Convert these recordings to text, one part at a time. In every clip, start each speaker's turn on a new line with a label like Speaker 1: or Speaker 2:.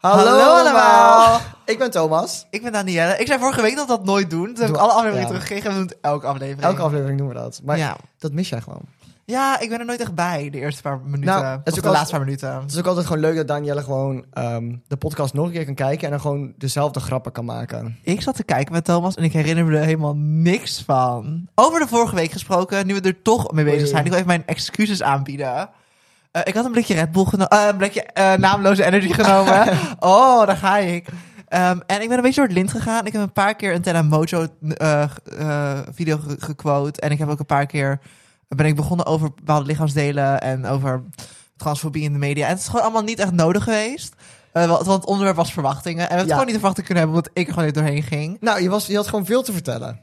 Speaker 1: Hallo,
Speaker 2: Hallo
Speaker 1: allemaal.
Speaker 2: allemaal. Ik ben Thomas.
Speaker 1: Ik ben Danielle. Ik zei vorige week dat we dat nooit doen. Toen heb ik
Speaker 2: Doe-
Speaker 1: alle afleveringen
Speaker 2: ja.
Speaker 1: teruggekregen. We doen het elke aflevering.
Speaker 2: Elke aflevering doen we dat. Maar
Speaker 1: Ja.
Speaker 2: dat mis jij gewoon.
Speaker 1: Ja, ik ben er nooit echt bij, de eerste paar minuten.
Speaker 2: Nou, dat is
Speaker 1: Of
Speaker 2: ook
Speaker 1: de
Speaker 2: wel-
Speaker 1: laatste paar minuten.
Speaker 2: Het is ook altijd gewoon leuk dat Danielle gewoon ehm, de podcast nog een keer kan kijken en dan gewoon dezelfde grappen kan maken.
Speaker 1: Ik zat te kijken met Thomas en ik herinner me er helemaal niks van. Over de vorige week gesproken, nu we er toch mee bezig
Speaker 2: Oei.
Speaker 1: zijn. Ik wil even mijn excuses aanbieden. Eh, ik had een blikje Red Bull genomen. een blikje eh, naamloze energy genomen. oh, daar ga ik. Ehm, en ik ben een beetje door het lint gegaan. Ik heb een paar keer een Tena Mojo eh, g- eh, video ge- gequote. En ik heb ook een paar keer... ben ik begonnen over bepaalde lichaamsdelen en over transfobie in de media. En het is gewoon allemaal niet echt nodig geweest. Eh, want want het onderwerp was verwachtingen. En we hebben
Speaker 2: Ja.
Speaker 1: het gewoon niet de verwachting kunnen hebben, omdat ik er gewoon niet doorheen ging.
Speaker 2: Nou, je, was, je had gewoon veel te vertellen.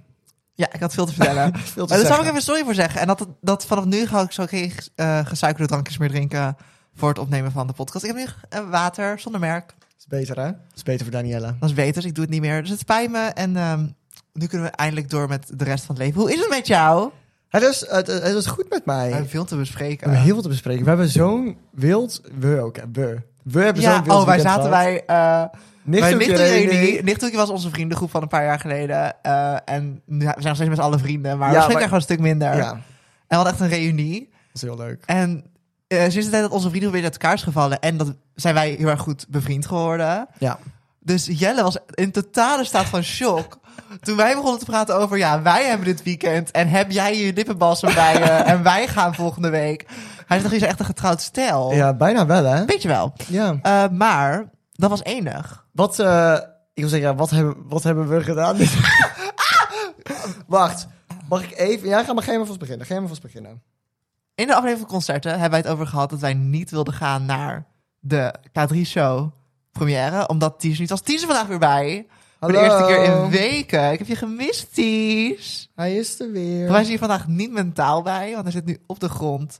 Speaker 1: Ja, ik had veel te vertellen. Maar
Speaker 2: Veel te
Speaker 1: daar zou ik
Speaker 2: zeggen.
Speaker 1: even sorry voor zeggen. En dat, dat vanaf nu ga ik zo geen eh, gesuikerde drankjes meer drinken voor het opnemen van de podcast. Ik heb nu eh, water zonder merk.
Speaker 2: Is beter, hè? Is beter voor Danielle.
Speaker 1: Dat is beter, dus ik doe het niet meer. Dus het spijt me. En ehm, nu kunnen we eindelijk door met de rest van het leven. Hoe is het met jou?
Speaker 2: Het is, het, het is goed met mij.
Speaker 1: We hebben
Speaker 2: We
Speaker 1: veel te bespreken.
Speaker 2: hebben heel veel te bespreken. We hebben zo'n wild... We ook, hè? We. We hebben
Speaker 1: ja,
Speaker 2: zo'n wild
Speaker 1: oh, wij
Speaker 2: weekend
Speaker 1: zaten
Speaker 2: gehad.
Speaker 1: bij... eh, Mijn
Speaker 2: Nichthoekje
Speaker 1: nichtenreunie.
Speaker 2: reunie.
Speaker 1: Nichtenhoekje was onze vriendengroep van een paar jaar geleden. eh, en nu- we zijn nog steeds met z'n allen vrienden, maar
Speaker 2: Ja,
Speaker 1: we spreken
Speaker 2: maar-
Speaker 1: elkaar gewoon een stuk minder.
Speaker 2: Ja,
Speaker 1: En
Speaker 2: dat
Speaker 1: we hadden echt een reunie.
Speaker 2: is heel leuk.
Speaker 1: En eh, sinds de tijd dat onze vrienden weer uit elkaar is gevallen... en dat zijn wij heel erg goed bevriend geworden.
Speaker 2: Ja.
Speaker 1: Dus Jelle was in totale staat van shock... toen wij begonnen te praten over... ja, wij hebben dit weekend en heb jij je lippenbalsem bij je... en wij gaan volgende week. Hij zegt, is echt een getrouwd stijl.
Speaker 2: Ja, bijna wel, hè?
Speaker 1: Weet je wel.
Speaker 2: Ja.
Speaker 1: Eh, maar dat was enig.
Speaker 2: Wat, eh, ik wil zeggen, wat hebben, wat hebben we gedaan? Ah! Wacht, mag ik even? Ja, ga maar, ga je maar vast beginnen. Ga je maar vast beginnen.
Speaker 1: In de aflevering van concerten hebben wij het over gehad dat wij niet wilden gaan naar de K3-show première. Omdat Ties niet was. Ties is vandaag weer bij. Voor de
Speaker 2: Hallo.
Speaker 1: eerste keer in weken. Ik heb je gemist, Ties.
Speaker 2: Hij is er weer.
Speaker 1: Wij zijn hier vandaag niet mentaal bij, want hij zit nu op de grond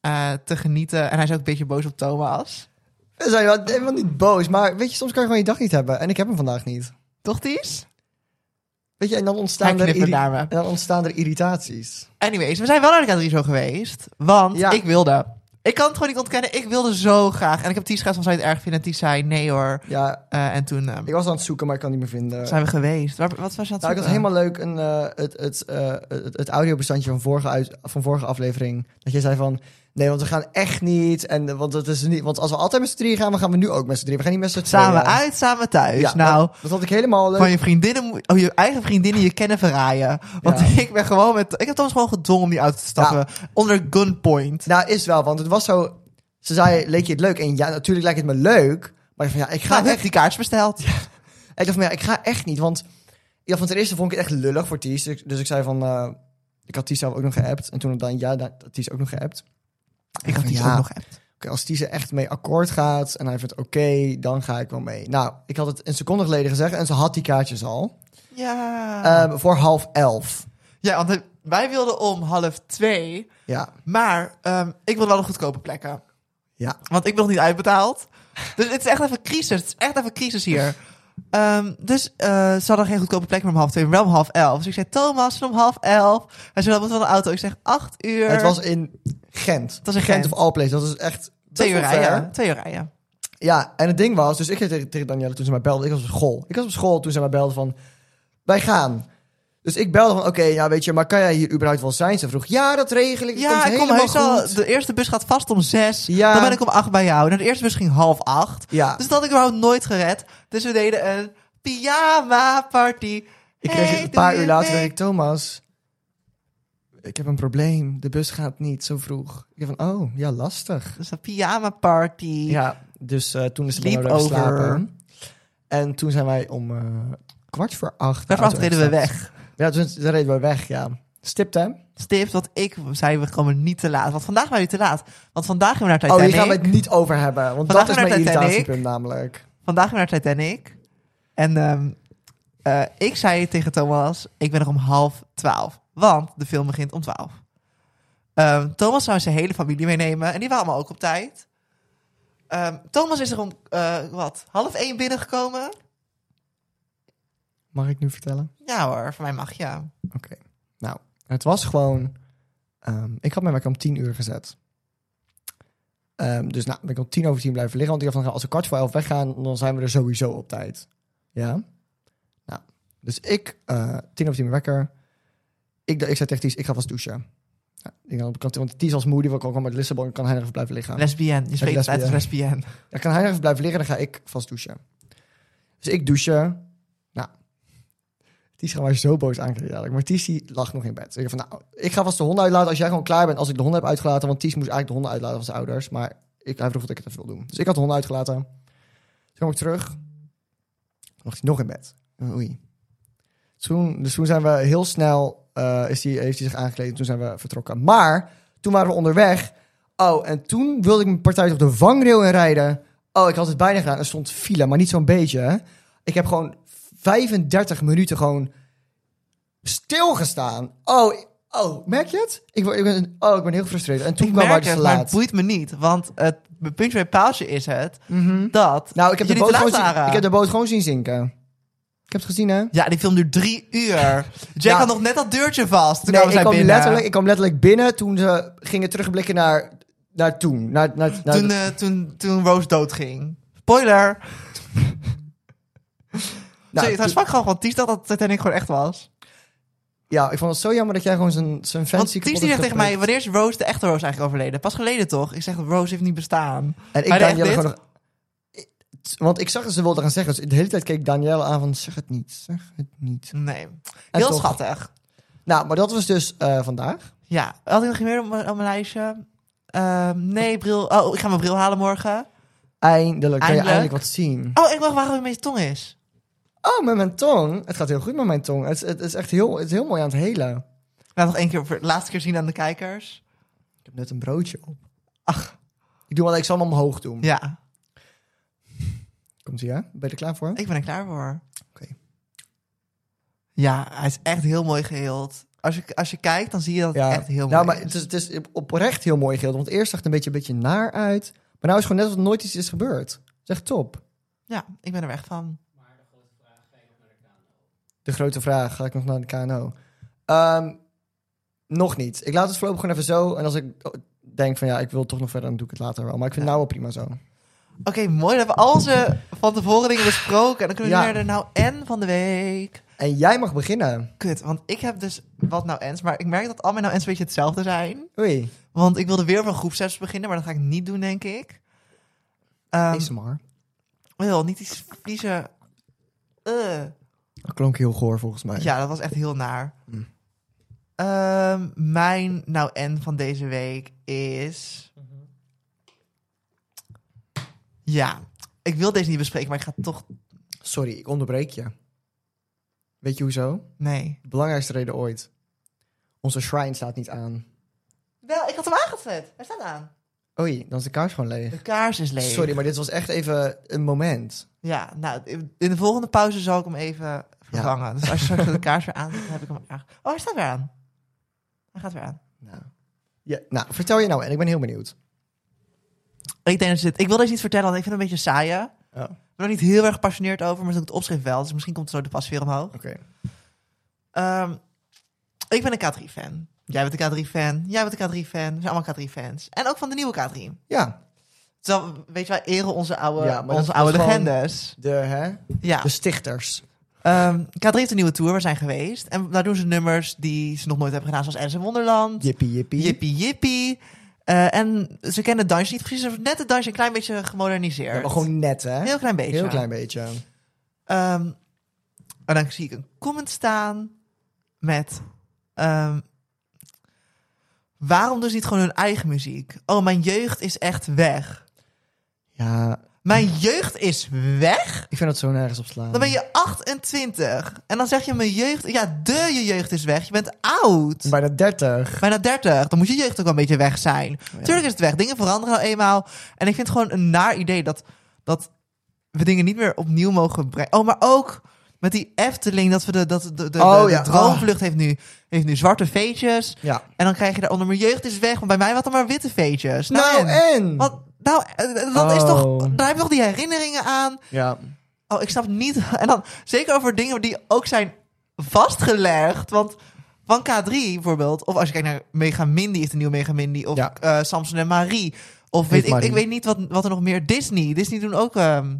Speaker 1: eh, te genieten. En hij is ook een beetje boos op Thomas.
Speaker 2: We zijn wel helemaal niet boos, maar weet je, soms kan je gewoon je dag niet hebben. En ik heb hem vandaag niet.
Speaker 1: Toch, Ties?
Speaker 2: Weet je, en dan
Speaker 1: Hij
Speaker 2: ontstaan, er,
Speaker 1: knippert
Speaker 2: irri-
Speaker 1: naar me.
Speaker 2: en dan ontstaan er irritaties.
Speaker 1: Anyways, we zijn wel naar de K3-show geweest. Want
Speaker 2: Ja.
Speaker 1: ik wilde. Ik kan het gewoon niet ontkennen. Ik wilde zo graag. En ik heb Ties gevraagd, van zou je het erg vinden? En Ties zei nee hoor.
Speaker 2: Ja,
Speaker 1: Eh, en toen... eh,
Speaker 2: ik was aan het zoeken, maar ik kan het niet meer vinden.
Speaker 1: zijn we geweest. Waar, wat was je aan het
Speaker 2: Eh, Nou, ik had
Speaker 1: zoeken?
Speaker 2: helemaal leuk een, eh, het, het, eh, het, het audiobestandje van vorige, uit, van vorige aflevering. Dat jij zei van, nee, want we gaan echt niet. En, eh, want, het is niet want als we altijd met z'n drieën gaan, dan gaan we nu ook met z'n drieën. We gaan niet met z'n tweeën.
Speaker 1: Samen uit, samen thuis.
Speaker 2: Ja,
Speaker 1: nou,
Speaker 2: dat, dat had ik helemaal leuk.
Speaker 1: van je vriendinnen, moet- oh, je eigen vriendinnen je kennen verraaien. Want
Speaker 2: Ja.
Speaker 1: ik ben gewoon met, ik heb Thomas gewoon gedwongen om die auto te stappen. Onder gunpoint.
Speaker 2: Nou, is wel, want het was zo... Ze zei, leek je het leuk? En ja, natuurlijk lijkt het me leuk. Maar ik van, ja, ik ga
Speaker 1: Ga
Speaker 2: echt
Speaker 1: heb die kaartjes besteld.
Speaker 2: En ik dacht van, ja, ik ga echt niet, want... Ik dacht van, ten eerste vond ik het echt lullig voor Ties. Dus, dus ik zei van... eh, ik had Ties zelf ook nog geappt. En toen dan, ja, da- Ties ook nog geappt.
Speaker 1: Ik had die
Speaker 2: Ja.
Speaker 1: zo nog hebt.
Speaker 2: Oké, als Ties er echt mee akkoord gaat en hij vindt oké, dan ga ik wel mee. Nou, ik had het een seconde geleden gezegd en ze had die kaartjes
Speaker 1: Oh.
Speaker 2: al.
Speaker 1: Ja.
Speaker 2: Ehm, voor half elf.
Speaker 1: Eh, ja, want wij wilden om half twee,
Speaker 2: Ja,
Speaker 1: maar ehm, ik wilde wel de goedkope plekken.
Speaker 2: ja.
Speaker 1: Want ik ben nog niet uitbetaald. Dus het is echt even crisis. Het is echt even crisis hier. Ehm, dus eh, ze hadden geen goedkope plek meer om half twee, maar wel om half elf. Dus ik zei, Thomas, om half elf. Hij zei, dat moet wel een auto. Ik zeg, acht uur.
Speaker 2: Het was in Gent. Het
Speaker 1: was in Gent.
Speaker 2: of Alplace. Dat is echt
Speaker 1: twee uur
Speaker 2: best wel ver.
Speaker 1: rijden. Twee uur rijden.
Speaker 2: Ja, en het ding was, dus ik zei tegen, tegen Danielle toen ze mij belde, ik was op school. Ik was op school toen ze mij belde van, wij gaan. Dus ik belde van, oké, nou weet je, maar kan jij hier überhaupt wel zijn? Ze vroeg, ja, dat regel ik.
Speaker 1: Ja,
Speaker 2: komt
Speaker 1: ik kom
Speaker 2: helemaal
Speaker 1: heus al.
Speaker 2: goed.
Speaker 1: De eerste bus gaat vast om zes.
Speaker 2: Ja.
Speaker 1: Dan ben ik om acht bij jou. Nou, de eerste bus ging half acht.
Speaker 2: Ja,
Speaker 1: Dus dat had ik überhaupt nooit gered. Dus we deden een pyjama party.
Speaker 2: ik kreeg
Speaker 1: Hey,
Speaker 2: een paar
Speaker 1: doe
Speaker 2: uur
Speaker 1: je
Speaker 2: later,
Speaker 1: mee?
Speaker 2: kreeg ik, Thomas, ik heb een probleem. De bus gaat niet zo vroeg. Ik dacht van, oh, ja, lastig.
Speaker 1: Dus een pyjama party.
Speaker 2: Ja, dus eh, toen is het
Speaker 1: Sleep
Speaker 2: over
Speaker 1: over.
Speaker 2: slapen. En toen zijn wij om eh, kwart voor acht. de
Speaker 1: Daarvoor
Speaker 2: auto
Speaker 1: reden we
Speaker 2: ingestapt.
Speaker 1: weg.
Speaker 2: Ja, toen, toen reden we weg, ja. Stipt, hè? Oh,
Speaker 1: stipt. Want ik zei, we komen niet te laat. Want vandaag waren jullie te laat. Want vandaag gaan we naar
Speaker 2: Oh,
Speaker 1: Titanic.
Speaker 2: hier gaan we het niet over hebben. Want
Speaker 1: Vandaag
Speaker 2: dat is
Speaker 1: naar
Speaker 2: mijn
Speaker 1: Titanic.
Speaker 2: irritatiepunt namelijk.
Speaker 1: Vandaag gaan we naar Titanic. En ehm, eh, ik zei tegen Thomas, ik ben er om half twaalf. Want de film begint om twaalf. Ehm, Thomas zou zijn hele familie meenemen. En die waren allemaal ook op tijd. Ehm, Thomas is er om, eh, wat, half één binnengekomen?
Speaker 2: Mag ik nu vertellen?
Speaker 1: Ja hoor, voor mij mag ja.
Speaker 2: Oké. Nou, het was gewoon... ehm, ik had mijn wekker om tien uur gezet. Ehm, dus nou, ben ik om tien over tien blijven liggen. Want ik dacht van, als we kwart voor elf weggaan, dan zijn we er sowieso op tijd. Ja? Nou, dus ik, eh, tien over tien wekker. Ik, d- ik zei tegen Ties, ik ga vast douchen. Nou, ik dan op kantoor, want Ties als moody wil ik ook allemaal uit Lissabon, kan hij nog even blijven liggen.
Speaker 1: Lesbien. Je spreekt het uit als lesbien.
Speaker 2: Dan kan hij nog even blijven liggen, dan ga ik vast douchen. Dus ik douchen. Nou, Ties gaat mij zo boos aankijken dadelijk. Maar Ties die lag nog in bed. Dus ik dacht van, nou, ik ga vast de honden uitlaten als jij gewoon klaar bent. Als ik de honden heb uitgelaten, want Ties moest eigenlijk de honden uitlaten van zijn ouders. Maar ik, hij vroeg of ik het even wil doen. Dus ik had de honden uitgelaten. Toen kwam ik terug. Toen lag hij nog in bed. Oei. Toen, dus toen zijn we heel snel, eh, is die, heeft hij zich aangekleed en toen zijn we vertrokken. Maar toen waren we onderweg. Oh, en toen wilde ik mijn partij op de vangrail inrijden. Oh, ik had het bijna gedaan. Er stond file, maar niet zo'n beetje. hè. Ik heb gewoon 35 minuten gewoon stilgestaan. Oh, oh merk je het? Ik, word- ik ben, oh, ik ben heel gefrustreerd. En toen
Speaker 1: Ik
Speaker 2: kwam wij
Speaker 1: merk
Speaker 2: dus
Speaker 1: het,
Speaker 2: te
Speaker 1: maar het
Speaker 2: laat.
Speaker 1: boeit me niet. Want het puntje bij paaltje is het dat
Speaker 2: Nou, ik heb, de
Speaker 1: jullie te
Speaker 2: boot
Speaker 1: laat
Speaker 2: gewoon zien,
Speaker 1: waren.
Speaker 2: ik heb de boot gewoon zien zinken. Ik heb het gezien, hè?
Speaker 1: Ja, die film duurt drie uur. Jack
Speaker 2: Ja.
Speaker 1: had nog net dat deurtje vast. Toen
Speaker 2: Nee,
Speaker 1: kwamen
Speaker 2: ik
Speaker 1: zij
Speaker 2: kwam,
Speaker 1: binnen.
Speaker 2: letterlijk, ik kwam letterlijk binnen toen ze gingen terugblikken naar, naar toen. Naar, naar, naar,
Speaker 1: toen, eh, toen, toen Rose doodging. Spoiler.
Speaker 2: nou,
Speaker 1: Sorry, het was
Speaker 2: toen-
Speaker 1: vak gewoon van Ties dat dat Titanic gewoon echt was.
Speaker 2: ja, ik vond het zo jammer dat jij gewoon zijn, zijn
Speaker 1: Want
Speaker 2: fancy
Speaker 1: Ties die
Speaker 2: kapot
Speaker 1: zegt
Speaker 2: hebt
Speaker 1: tegen mij,
Speaker 2: geprikt.
Speaker 1: wanneer is Rose, de echte Rose eigenlijk overleden? Pas geleden toch? Ik zeg, Rose heeft niet bestaan.
Speaker 2: En
Speaker 1: Maar
Speaker 2: ik
Speaker 1: echt
Speaker 2: Danielle
Speaker 1: dit?
Speaker 2: gewoon nog... Want ik zag dat ze wilde gaan zeggen. Dus de hele tijd keek Danielle aan van zeg het niet, zeg het niet.
Speaker 1: Nee.
Speaker 2: En
Speaker 1: Heel
Speaker 2: toch.
Speaker 1: schattig.
Speaker 2: Nou, maar dat was dus eh, vandaag.
Speaker 1: Ja, had ik nog meer op mijn, op mijn lijstje? Ehm, nee, bril. Oh, ik ga mijn bril halen morgen.
Speaker 2: Eindelijk kan je
Speaker 1: Eindelijk.
Speaker 2: eindelijk wat zien.
Speaker 1: Oh, ik mag waar het mijn tong is.
Speaker 2: Oh, met mijn tong. Het gaat heel goed met mijn tong. Het, is- het is echt heel, het is heel mooi aan het helen.
Speaker 1: Laat nog één keer voor de laatste keer zien aan de kijkers.
Speaker 2: Ik heb net een broodje op. Ach, ik doe wat ik zal hem omhoog doen.
Speaker 1: Ja,
Speaker 2: Komt ie, hè? Ben je er klaar voor?
Speaker 1: ik ben er klaar voor.
Speaker 2: Oké.
Speaker 1: Ja, hij is echt heel mooi geheeld. Als je, als je kijkt, dan zie je dat het echt heel
Speaker 2: nou, maar
Speaker 1: mooi is.
Speaker 2: het is, het is oprecht heel mooi geheeld. Want eerst zag het een beetje, een beetje naar uit. Maar nou is gewoon net alsof er nooit iets is gebeurd. Dat is echt top.
Speaker 1: Ja, ik ben er weg van.
Speaker 2: De grote vraag, ga ik nog naar de KNO? Ehm, nog niet. Ik laat het voorlopig gewoon even zo. En als ik oh, denk van ja, ik wil toch nog verder, dan doe ik het later wel. Maar ik vind het nou wel prima zo.
Speaker 1: Oké, mooi. Dan hebben we al onze van tevoren dingen besproken. En dan kunnen
Speaker 2: Ja.
Speaker 1: we naar de nou en van de week.
Speaker 2: En jij mag beginnen.
Speaker 1: Kut, want ik heb dus wat nou ens. Maar ik merk dat al mijn nou ens een beetje hetzelfde zijn.
Speaker 2: Oei,
Speaker 1: Want ik wilde weer van groepsapps beginnen, maar dat ga ik niet doen, denk ik. Ehm
Speaker 2: is maar.
Speaker 1: wil niet die vieze... Eh.
Speaker 2: Dat klonk heel goor volgens mij.
Speaker 1: Ja, dat was echt heel naar.
Speaker 2: Mm.
Speaker 1: Ehm, mijn nou en van deze week is... Ja, ik wil deze niet bespreken, maar ik ga toch...
Speaker 2: Sorry, ik onderbreek je. Weet je hoezo?
Speaker 1: Nee.
Speaker 2: De belangrijkste reden ooit. Onze shrine staat niet aan.
Speaker 1: Wel, ik had hem aangezet. Hij staat aan.
Speaker 2: Oei, dan is de kaars gewoon leeg.
Speaker 1: De kaars is leeg.
Speaker 2: Sorry, maar dit was echt even een moment.
Speaker 1: Ja, nou, in de volgende pauze zal ik hem even vervangen. Dus als je straks de kaars weer aanzet, dan heb ik hem aange... Oh, hij staat weer aan. Hij gaat weer aan.
Speaker 2: Nou, ja, nou vertel je nou en ik ben heel benieuwd.
Speaker 1: Ik denk dat dit... Ik wil deze niet vertellen, want ik vind het een beetje saaie.
Speaker 2: Oh.
Speaker 1: Ik ben er niet heel erg gepassioneerd over, maar het is ook het opschrift wel. Dus misschien komt zo de pas weer omhoog.
Speaker 2: Oké.
Speaker 1: Ehm, ik ben een K3-fan. Jij bent een K3-fan. Jij bent een K3-fan. We zijn allemaal K3-fans. En ook van de nieuwe K3.
Speaker 2: Ja,
Speaker 1: Terwijl, weet je, wij eren onze oude,
Speaker 2: Ja, maar dat
Speaker 1: onze
Speaker 2: is
Speaker 1: oude
Speaker 2: gewoon- Dus-
Speaker 1: legendes.
Speaker 2: de, hè?
Speaker 1: Ja.
Speaker 2: de stichters.
Speaker 1: Ehm, K3 heeft een nieuwe tour. We zijn geweest. En daar doen ze nummers die ze nog nooit hebben gedaan. Zoals Alice in Wonderland.
Speaker 2: Jippie, jippie.
Speaker 1: Jippie Jippie. Eh, en ze kennen het dansje niet precies. Ze hebben net het dansje een klein beetje gemoderniseerd.
Speaker 2: Ja, maar gewoon net, hè?
Speaker 1: een heel klein beetje.
Speaker 2: Heel klein beetje.
Speaker 1: Ehm, en dan zie ik een comment staan met... ehm, waarom dus niet gewoon hun eigen muziek? Oh, mijn jeugd is echt weg.
Speaker 2: Ja,
Speaker 1: Mijn jeugd is weg?
Speaker 2: ik vind dat zo nergens op slaan.
Speaker 1: Dan ben je 28. En dan zeg je mijn jeugd... Ja, de je jeugd is weg. Je bent oud.
Speaker 2: Bijna 30.
Speaker 1: Bijna 30. Dan moet je jeugd ook wel een beetje weg zijn. Tuurlijk is het weg. Dingen veranderen nou eenmaal. En ik vind het gewoon een naar idee dat, dat we dingen niet meer opnieuw mogen brengen. Oh, maar ook met die Efteling. Dat we de, dat de, de, de-
Speaker 2: Oh,
Speaker 1: de
Speaker 2: ja.
Speaker 1: droomvlucht heeft, nu, heeft nu zwarte veetjes.
Speaker 2: Ja.
Speaker 1: En dan krijg je daaronder mijn jeugd is weg. Want bij mij wat dan maar witte veetjes.
Speaker 2: Nou, en?
Speaker 1: Want, nou, eh, dat is toch...
Speaker 2: Oh.
Speaker 1: Daar heb je nog die herinneringen aan.
Speaker 2: Ja.
Speaker 1: Oh, ik snap niet. En dan zeker over dingen die ook zijn vastgelegd. Want van K3 bijvoorbeeld, of als je kijkt naar Mega Mindy, heeft een nieuwe Mega Mindy, of
Speaker 2: Ja.
Speaker 1: eh, Samson en Marie, Of
Speaker 2: Heeft
Speaker 1: weet, ik,
Speaker 2: Marie.
Speaker 1: ik weet niet wat, wat er nog meer. Disney. Disney doen ook ehm,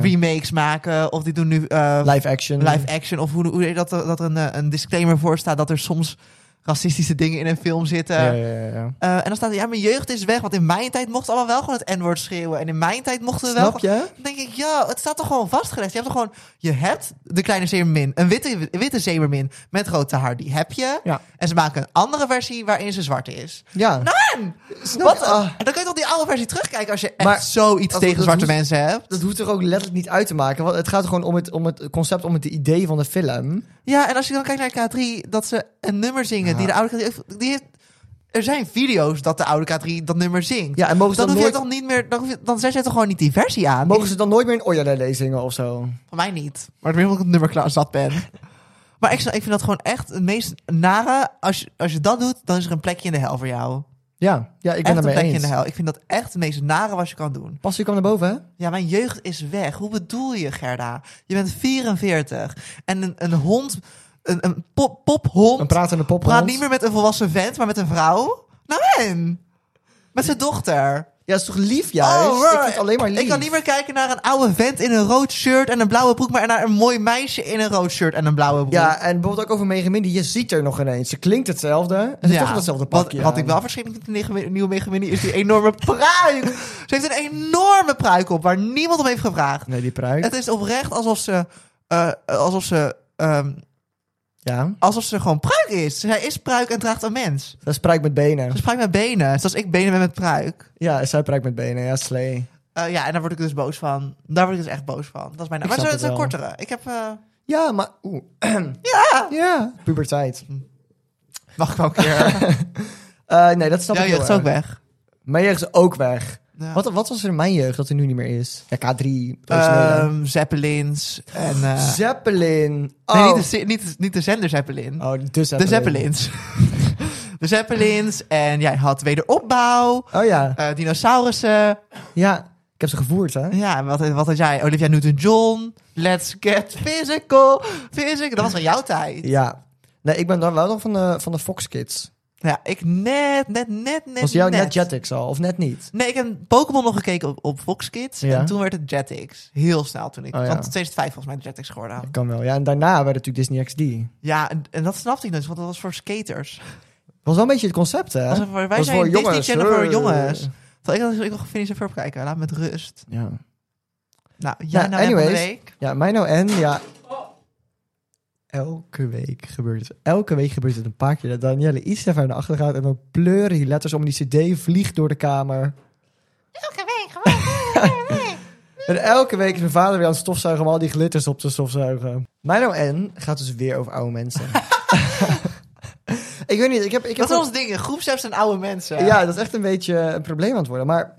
Speaker 2: Dingen.
Speaker 1: remakes maken. Of die doen nu eh,
Speaker 2: Live action.
Speaker 1: live action. Of hoe, hoe heet dat, dat er een, eh, een disclaimer voor staat dat er soms racistische dingen in een film zitten.
Speaker 2: Ja, ja, ja, ja.
Speaker 1: Eh, en dan staat er, ja, mijn jeugd is weg. Want in mijn tijd mochten allemaal wel gewoon het N-woord schreeuwen. En in mijn tijd mochten we wel...
Speaker 2: Snap je?
Speaker 1: Dan denk ik, ja, het staat toch gewoon vastgelegd. Je hebt toch gewoon... Je hebt de kleine zeemermin. Een witte, witte zeemermin met grote haar. Die heb je.
Speaker 2: Ja.
Speaker 1: En ze maken een andere versie waarin ze zwart is.
Speaker 2: Ja.
Speaker 1: Man!
Speaker 2: Snap
Speaker 1: Wat?
Speaker 2: je? Ah,
Speaker 1: En dan kun je toch die oude versie terugkijken als je echt
Speaker 2: Maar-
Speaker 1: zoiets
Speaker 2: dat-
Speaker 1: tegen
Speaker 2: dat
Speaker 1: zwarte
Speaker 2: hoeft-
Speaker 1: mensen hebt.
Speaker 2: dat hoeft er ook letterlijk niet uit te maken. Want het gaat er gewoon om het, om het concept, om het idee van de film.
Speaker 1: Ja, en als je dan kijkt naar K3, dat ze een nummer zingen die de oude K3... Die heeft, er zijn video's dat de oude K3 dat nummer zingt. Dus
Speaker 2: Ja, en mogen ze
Speaker 1: dan
Speaker 2: dan,
Speaker 1: hoef je
Speaker 2: nooit,
Speaker 1: toch niet meer... Dan, hoef je, dan zet je toch gewoon niet die versie aan.
Speaker 2: mogen ze dan nooit meer een Oyalele zingen of zo?
Speaker 1: Van mij niet. Maar het meer omdat ik het nummer klaar zat ben. maar ik, snap- ik vind dat gewoon echt het meest nare. Als je, als je dat doet, dan is er een plekje in de hel voor jou.
Speaker 2: Ja, ja ik ben
Speaker 1: echt
Speaker 2: het
Speaker 1: een
Speaker 2: mee
Speaker 1: plekje in
Speaker 2: eens.
Speaker 1: de hel. Ik vind dat echt het meest nare wat je kan doen.
Speaker 2: Pas, je kwam naar boven, hè?
Speaker 1: Ja, mijn jeugd is weg. Hoe bedoel je, Gerda? Je bent 44. En een, een hond, een, een pop, pophond,
Speaker 2: Een pratende pophond.
Speaker 1: praat niet meer met een volwassen vent, maar met een vrouw. Nou en? Met zijn dochter.
Speaker 2: Ja, is toch lief juist?
Speaker 1: Oh,
Speaker 2: ik
Speaker 1: bro,
Speaker 2: vind het alleen maar lief.
Speaker 1: Ik kan niet meer kijken naar een oude vent in een rood shirt en een blauwe broek, maar naar een mooi meisje in een rood shirt en een blauwe broek.
Speaker 2: Ja, en bijvoorbeeld ook over Mega Minnie. Je ziet er nog ineens. Ze klinkt hetzelfde. En ze heeft toch hetzelfde
Speaker 1: wat,
Speaker 2: pakje
Speaker 1: wat
Speaker 2: aan.
Speaker 1: ik wel verschrikkelijk vind in de nieuwe Mega Mini is die enorme pruik. Ze heeft een enorme pruik op waar niemand om heeft gevraagd.
Speaker 2: Nee, die pruik.
Speaker 1: Het is oprecht alsof ze, eh, alsof ze, ehm,
Speaker 2: Ja,
Speaker 1: alsof ze gewoon pruik is. Zij is pruik en draagt een mens.
Speaker 2: dat is pruik met benen.
Speaker 1: Ze is pruik met benen, zoals ik benen ben met pruik.
Speaker 2: Ja, zij pruik met benen. Ja, slee.
Speaker 1: Eh, ja, en daar word ik dus boos van. Daar word ik dus echt boos van. Dat is mijn
Speaker 2: Ik
Speaker 1: Maar
Speaker 2: snap het
Speaker 1: zo- het is een
Speaker 2: wel.
Speaker 1: kortere. Ik heb... eh,
Speaker 2: Ja, maar... Oeh.
Speaker 1: ja! Mm.
Speaker 2: Ja, puberteit.
Speaker 1: Mag ik wel een keer.
Speaker 2: Eh, nee, dat snap
Speaker 1: Jouw
Speaker 2: ik heel
Speaker 1: jeugd is ook
Speaker 2: erg.
Speaker 1: weg.
Speaker 2: Mijn jeugd is ook weg.
Speaker 1: Ja.
Speaker 2: Wat, wat was er in mijn jeugd dat er nu niet meer is? Ja, K3. originele.
Speaker 1: Ehm, Zeppelins en... eh,
Speaker 2: Zeppelin. Oh.
Speaker 1: Nee, niet de, se- niet, de- niet de zender Zeppelin.
Speaker 2: Oh, de Zeppelin.
Speaker 1: de Zeppelins. de Zeppelins. En jij had wederopbouw,
Speaker 2: Oh ja.
Speaker 1: eh, dinosaurussen.
Speaker 2: Ja, ik heb ze gevoerd, hè?
Speaker 1: Ja, en wat, wat had jij? Olivia Newton-John. Let's get physical. Physical. Dat was van jouw tijd.
Speaker 2: Ja. Nee, ik ben dan wel nog van de, van de Fox Kids.
Speaker 1: Ja, ik net, net, net, net,
Speaker 2: Was jou net
Speaker 1: net.
Speaker 2: Jetix al, of net niet?
Speaker 1: Nee, ik heb Pokémon nog gekeken op, op Fox Kids.
Speaker 2: Ja.
Speaker 1: En toen werd het Jetix. Heel snel toen ik.
Speaker 2: Oh, ja.
Speaker 1: Want 2005 volgens mij Jetix geworden.
Speaker 2: Kan wel, ja. En daarna werd het natuurlijk Disney XD.
Speaker 1: Ja, en, en dat snapte ik dus, want dat was voor skaters.
Speaker 2: Was wel een beetje het concept, hè?
Speaker 1: Dat was voor, wij
Speaker 2: was
Speaker 1: zijn
Speaker 2: voor
Speaker 1: Disney
Speaker 2: jongens,
Speaker 1: Channel voor
Speaker 2: eh.
Speaker 1: jongens. Terwijl ik dacht, ik wil Phineas en Ferb kijken. Laat me met rust.
Speaker 2: Ja.
Speaker 1: Nou, jij
Speaker 2: Nou,
Speaker 1: nou, en van de
Speaker 2: anyways.
Speaker 1: week.
Speaker 2: Ja, mij nou en, ja. Elke week gebeurt het. Elke week gebeurt het een paar keer dat Danielle iets te ver naar achter gaat en dan pleuren die letters om. Die cd vliegt door de kamer.
Speaker 3: Elke week, gewoon. Elke week.
Speaker 2: En elke week is mijn vader weer aan het stofzuigen om al die glitters op te stofzuigen. Mijn nou en gaat dus weer over oude mensen. ik weet niet, ik heb... Ik heb
Speaker 1: Dat is ons ding. Groepsapps en oude mensen.
Speaker 2: Ja, dat is echt een beetje een probleem aan het worden. Maar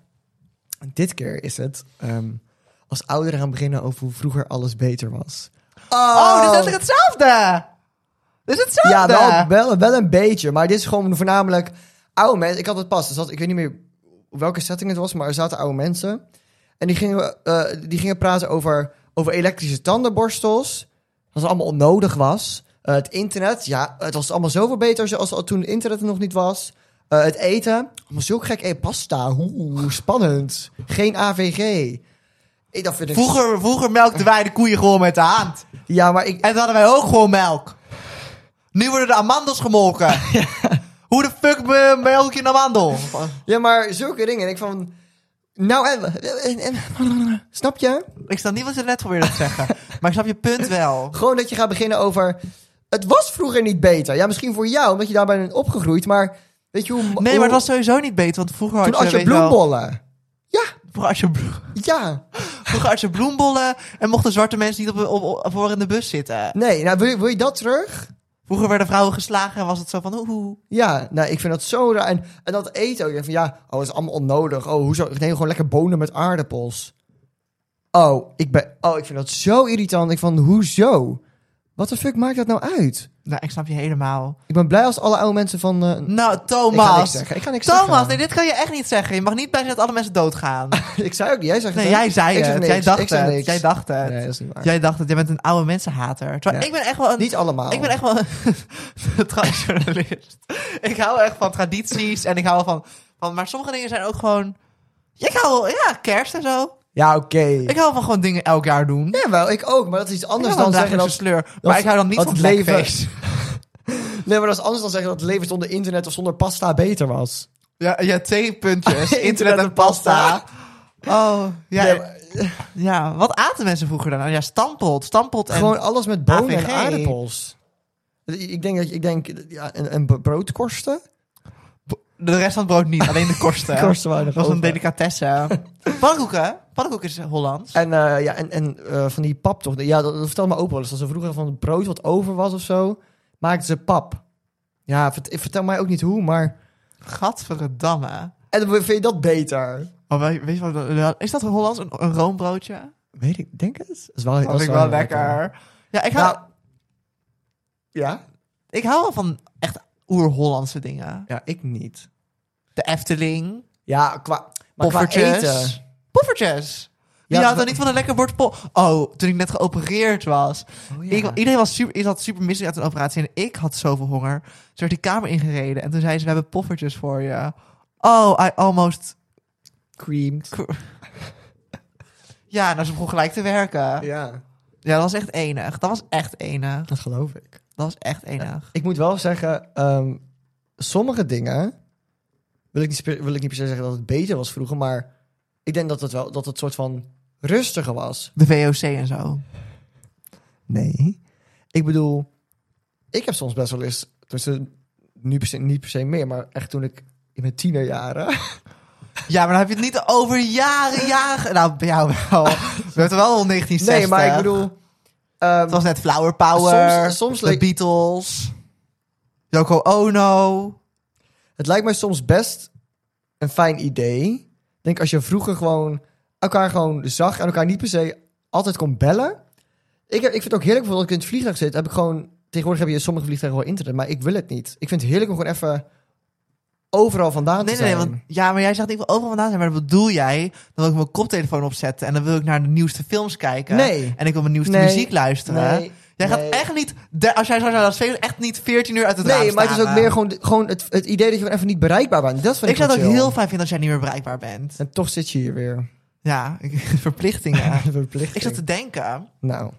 Speaker 2: dit keer is het ehm, als ouderen gaan beginnen over hoe vroeger alles beter was.
Speaker 1: Oh, dit is eigenlijk hetzelfde. Dit is
Speaker 2: Ja, nou,
Speaker 1: hetzelfde.
Speaker 2: wel, wel, wel een beetje. Maar dit is gewoon voornamelijk oude mensen. Ik had het pas. Dus dat, ik weet niet meer welke setting het was, maar er zaten oude mensen. En die gingen, eh, die gingen praten over, over elektrische tandenborstels. Dat het allemaal onnodig was. Eh, het internet, ja, het was allemaal zoveel beter zoals al toen het internet er nog niet was. Eh, het eten, allemaal zo gek. Hey, pasta, hoe spannend. Geen AVG. Ik, dat vind ik,
Speaker 1: Vroeger, vroeger melkten wij de koeien gewoon met de hand.
Speaker 2: Ja, maar ik,
Speaker 1: En toen hadden wij ook gewoon melk. Nu worden de amandels gemolken. Hoe de fuck me- melk je een amandel?
Speaker 2: Ja, maar zulke dingen. En ik van. Nou, en, en- en- Snap je?
Speaker 1: Ik snap niet wat ze net probeerde te zeggen. Maar ik snap je punt wel.
Speaker 2: Gewoon dat je gaat beginnen over. Het was vroeger niet beter. Ja, misschien voor jou, omdat je daarbij bent opgegroeid. Maar weet je hoe.
Speaker 1: Nee, maar het was sowieso niet beter. Want vroeger had
Speaker 2: Oh. Toen had je
Speaker 1: weet wel-
Speaker 2: bloembollen.
Speaker 1: vroeger had je bloem-
Speaker 2: Ja.
Speaker 1: Vroeger had je bloembollen. En mochten zwarte mensen niet op, op, op- voor in de bus zitten.
Speaker 2: Nee, nou, wil, je- wil je dat terug?
Speaker 1: Vroeger werden vrouwen geslagen. En was het zo van. Oeh.
Speaker 2: Ja, nou, ik vind dat zo raar. En, en dat eten ook. Ik denk van ja, oh, dat is allemaal onnodig. Oh, hoezo? Ik neem gewoon lekker bonen met aardappels. Oh, ik ben. Oh, ik vind dat zo irritant. Ik van, hoezo? Wat de fuck maakt dat nou uit?
Speaker 1: Nou, ik snap je helemaal.
Speaker 2: Ik ben blij als alle oude mensen van. eh,
Speaker 1: Nou,
Speaker 2: Ik ga niks
Speaker 1: Thomas.
Speaker 2: zeggen. Ik ga niks
Speaker 1: Thomas,
Speaker 2: zeggen.
Speaker 1: nee, dit kan je echt niet zeggen. Je mag niet bij zeggen dat alle mensen doodgaan.
Speaker 2: ik zei ook niet. Jij zegt
Speaker 1: Nee,
Speaker 2: het, hè?
Speaker 1: jij zei
Speaker 2: Ik zeg
Speaker 1: het.
Speaker 2: niks.
Speaker 1: Jij dacht
Speaker 2: Ik zeg
Speaker 1: het.
Speaker 2: niks.
Speaker 1: Jij dacht het.
Speaker 2: Nee, dat is niet waar.
Speaker 1: Jij dacht dat jij bent een oude mensenhater. Terwijl
Speaker 2: Ja.
Speaker 1: ik ben echt wel een,
Speaker 2: Niet allemaal.
Speaker 1: ik ben echt wel een traditionalist. ik hou echt van tradities en ik hou wel van Want, maar sommige dingen zijn ook gewoon... Ja, Ik hou wel- ja, kerst en zo.
Speaker 2: Ja, oké.
Speaker 1: Ik hou van gewoon dingen elk jaar doen.
Speaker 2: Ja, wel, ik ook. Maar dat is iets
Speaker 1: Anders
Speaker 2: anders dan zeggen dat...
Speaker 1: sleur. Maar ik hou dan niet
Speaker 2: dat
Speaker 1: van
Speaker 2: het leven-
Speaker 1: blackface.
Speaker 2: Nee, maar dat is anders dan zeggen dat het leven zonder internet of zonder pasta beter was.
Speaker 1: Ja, ja, twee puntjes.
Speaker 2: Internet
Speaker 1: Internet
Speaker 2: en
Speaker 1: en pasta. Oh, ja,
Speaker 2: Nee,
Speaker 1: ja,
Speaker 2: maar
Speaker 1: Wat aten mensen vroeger dan? Ja, stampot. Stampot en...
Speaker 2: gewoon alles met bonen en
Speaker 1: AVG.
Speaker 2: aardappels. Ik denk dat je- ik denk, ja, en, en bro- broodkorsten?
Speaker 1: De rest van het brood niet, alleen de korsten.
Speaker 2: Korsten waren er
Speaker 1: Dat was een
Speaker 2: over.
Speaker 1: delicatesse. Pannenkoeken. Pannenkoeken is Hollands.
Speaker 2: En, eh, ja, en, en eh, van die pap toch? Ja, dat, dat vertelde me ook wel eens. Als ze vroeger van het brood wat over was of zo, maakten ze pap. Ja, vert- vertel mij ook niet hoe, maar...
Speaker 1: Gadverdamme.
Speaker 2: En dan vind je dat beter?
Speaker 1: Oh, we- weet je wat, is dat Hollands? Een, een roombroodje?
Speaker 2: Weet ik, denk het. Dat is wel,
Speaker 1: Dat vind ik wel lekker. Ja, ik hou,
Speaker 2: Nou, ja?
Speaker 1: ik hou wel van echt oer-Hollandse dingen.
Speaker 2: Ja, ik niet.
Speaker 1: De Efteling.
Speaker 2: Ja, qua, maar qua eten.
Speaker 1: Poffertjes. Poffertjes. Je
Speaker 2: Ja,
Speaker 1: houdt dan
Speaker 2: wa-
Speaker 1: niet van een lekker bord pol. Oh, toen ik net geopereerd was.
Speaker 2: Oh, ja.
Speaker 1: Ik, iedereen was super, iedereen had super misselijk uit een operatie. En ik had zoveel honger. Ze werd die kamer ingereden. En toen zei ze, we hebben poffertjes voor je. Oh, I almost...
Speaker 2: creamed.
Speaker 1: Ja, nou, ze begon gelijk te werken.
Speaker 2: Ja,
Speaker 1: Ja, dat was echt enig. Dat was echt enig.
Speaker 2: dat geloof ik.
Speaker 1: Dat was echt enig.
Speaker 2: Ik moet wel zeggen, ehm, sommige dingen wil ik, niet, spe- wil ik niet per se zeggen dat het beter was vroeger, maar ik denk dat het wel dat het soort van rustiger was.
Speaker 1: De VOC en zo.
Speaker 2: Nee. Ik bedoel, ik heb soms best wel eens, tussen nu per se, niet per se meer, maar echt toen ik in mijn tienerjaren.
Speaker 1: Ja, maar dan heb je het niet over jaren, jaren... Nou, bij jou wel. We hebben wel al 1960.
Speaker 2: Nee, maar ik bedoel, ehm,
Speaker 1: Het was net Flower Power.
Speaker 2: Soms- soms
Speaker 1: de
Speaker 2: leek-
Speaker 1: Beatles. Yoko Ono.
Speaker 2: Het lijkt mij soms best een fijn idee. Ik denk als je vroeger gewoon elkaar gewoon zag en elkaar niet per se altijd kon bellen. Ik, heb, ik vind het ook heerlijk bijvoorbeeld als ik in het vliegtuig zit, heb ik gewoon. Tegenwoordig heb je in sommige vliegtuigen wel internet, maar ik wil het niet. Ik vind het heerlijk om gewoon even overal vandaan
Speaker 1: Nee,
Speaker 2: te
Speaker 1: nee, nee.
Speaker 2: zijn.
Speaker 1: Want, ja, maar jij zegt ik wil overal vandaan zijn. Maar dat bedoel jij, dan wil ik mijn koptelefoon opzetten. En dan wil ik naar de nieuwste films kijken.
Speaker 2: Nee.
Speaker 1: En ik wil mijn nieuwste
Speaker 2: Nee.
Speaker 1: muziek luisteren.
Speaker 2: Nee.
Speaker 1: Jij
Speaker 2: Nee.
Speaker 1: gaat echt niet, de- als jij zo zou dat spelen, echt niet 14 uur uit het raam
Speaker 2: Nee, maar het is ook
Speaker 1: staan. eh.
Speaker 2: meer gewoon, gewoon het, het idee dat je gewoon even niet bereikbaar bent. Dat vind ik,
Speaker 1: Ik zou het
Speaker 2: wel
Speaker 1: ook
Speaker 2: chill.
Speaker 1: heel fijn vinden als jij niet meer bereikbaar bent.
Speaker 2: En toch zit je hier weer.
Speaker 1: Ja, verplichtingen.
Speaker 2: Verplichting.
Speaker 1: ik zat te denken.
Speaker 2: Nou,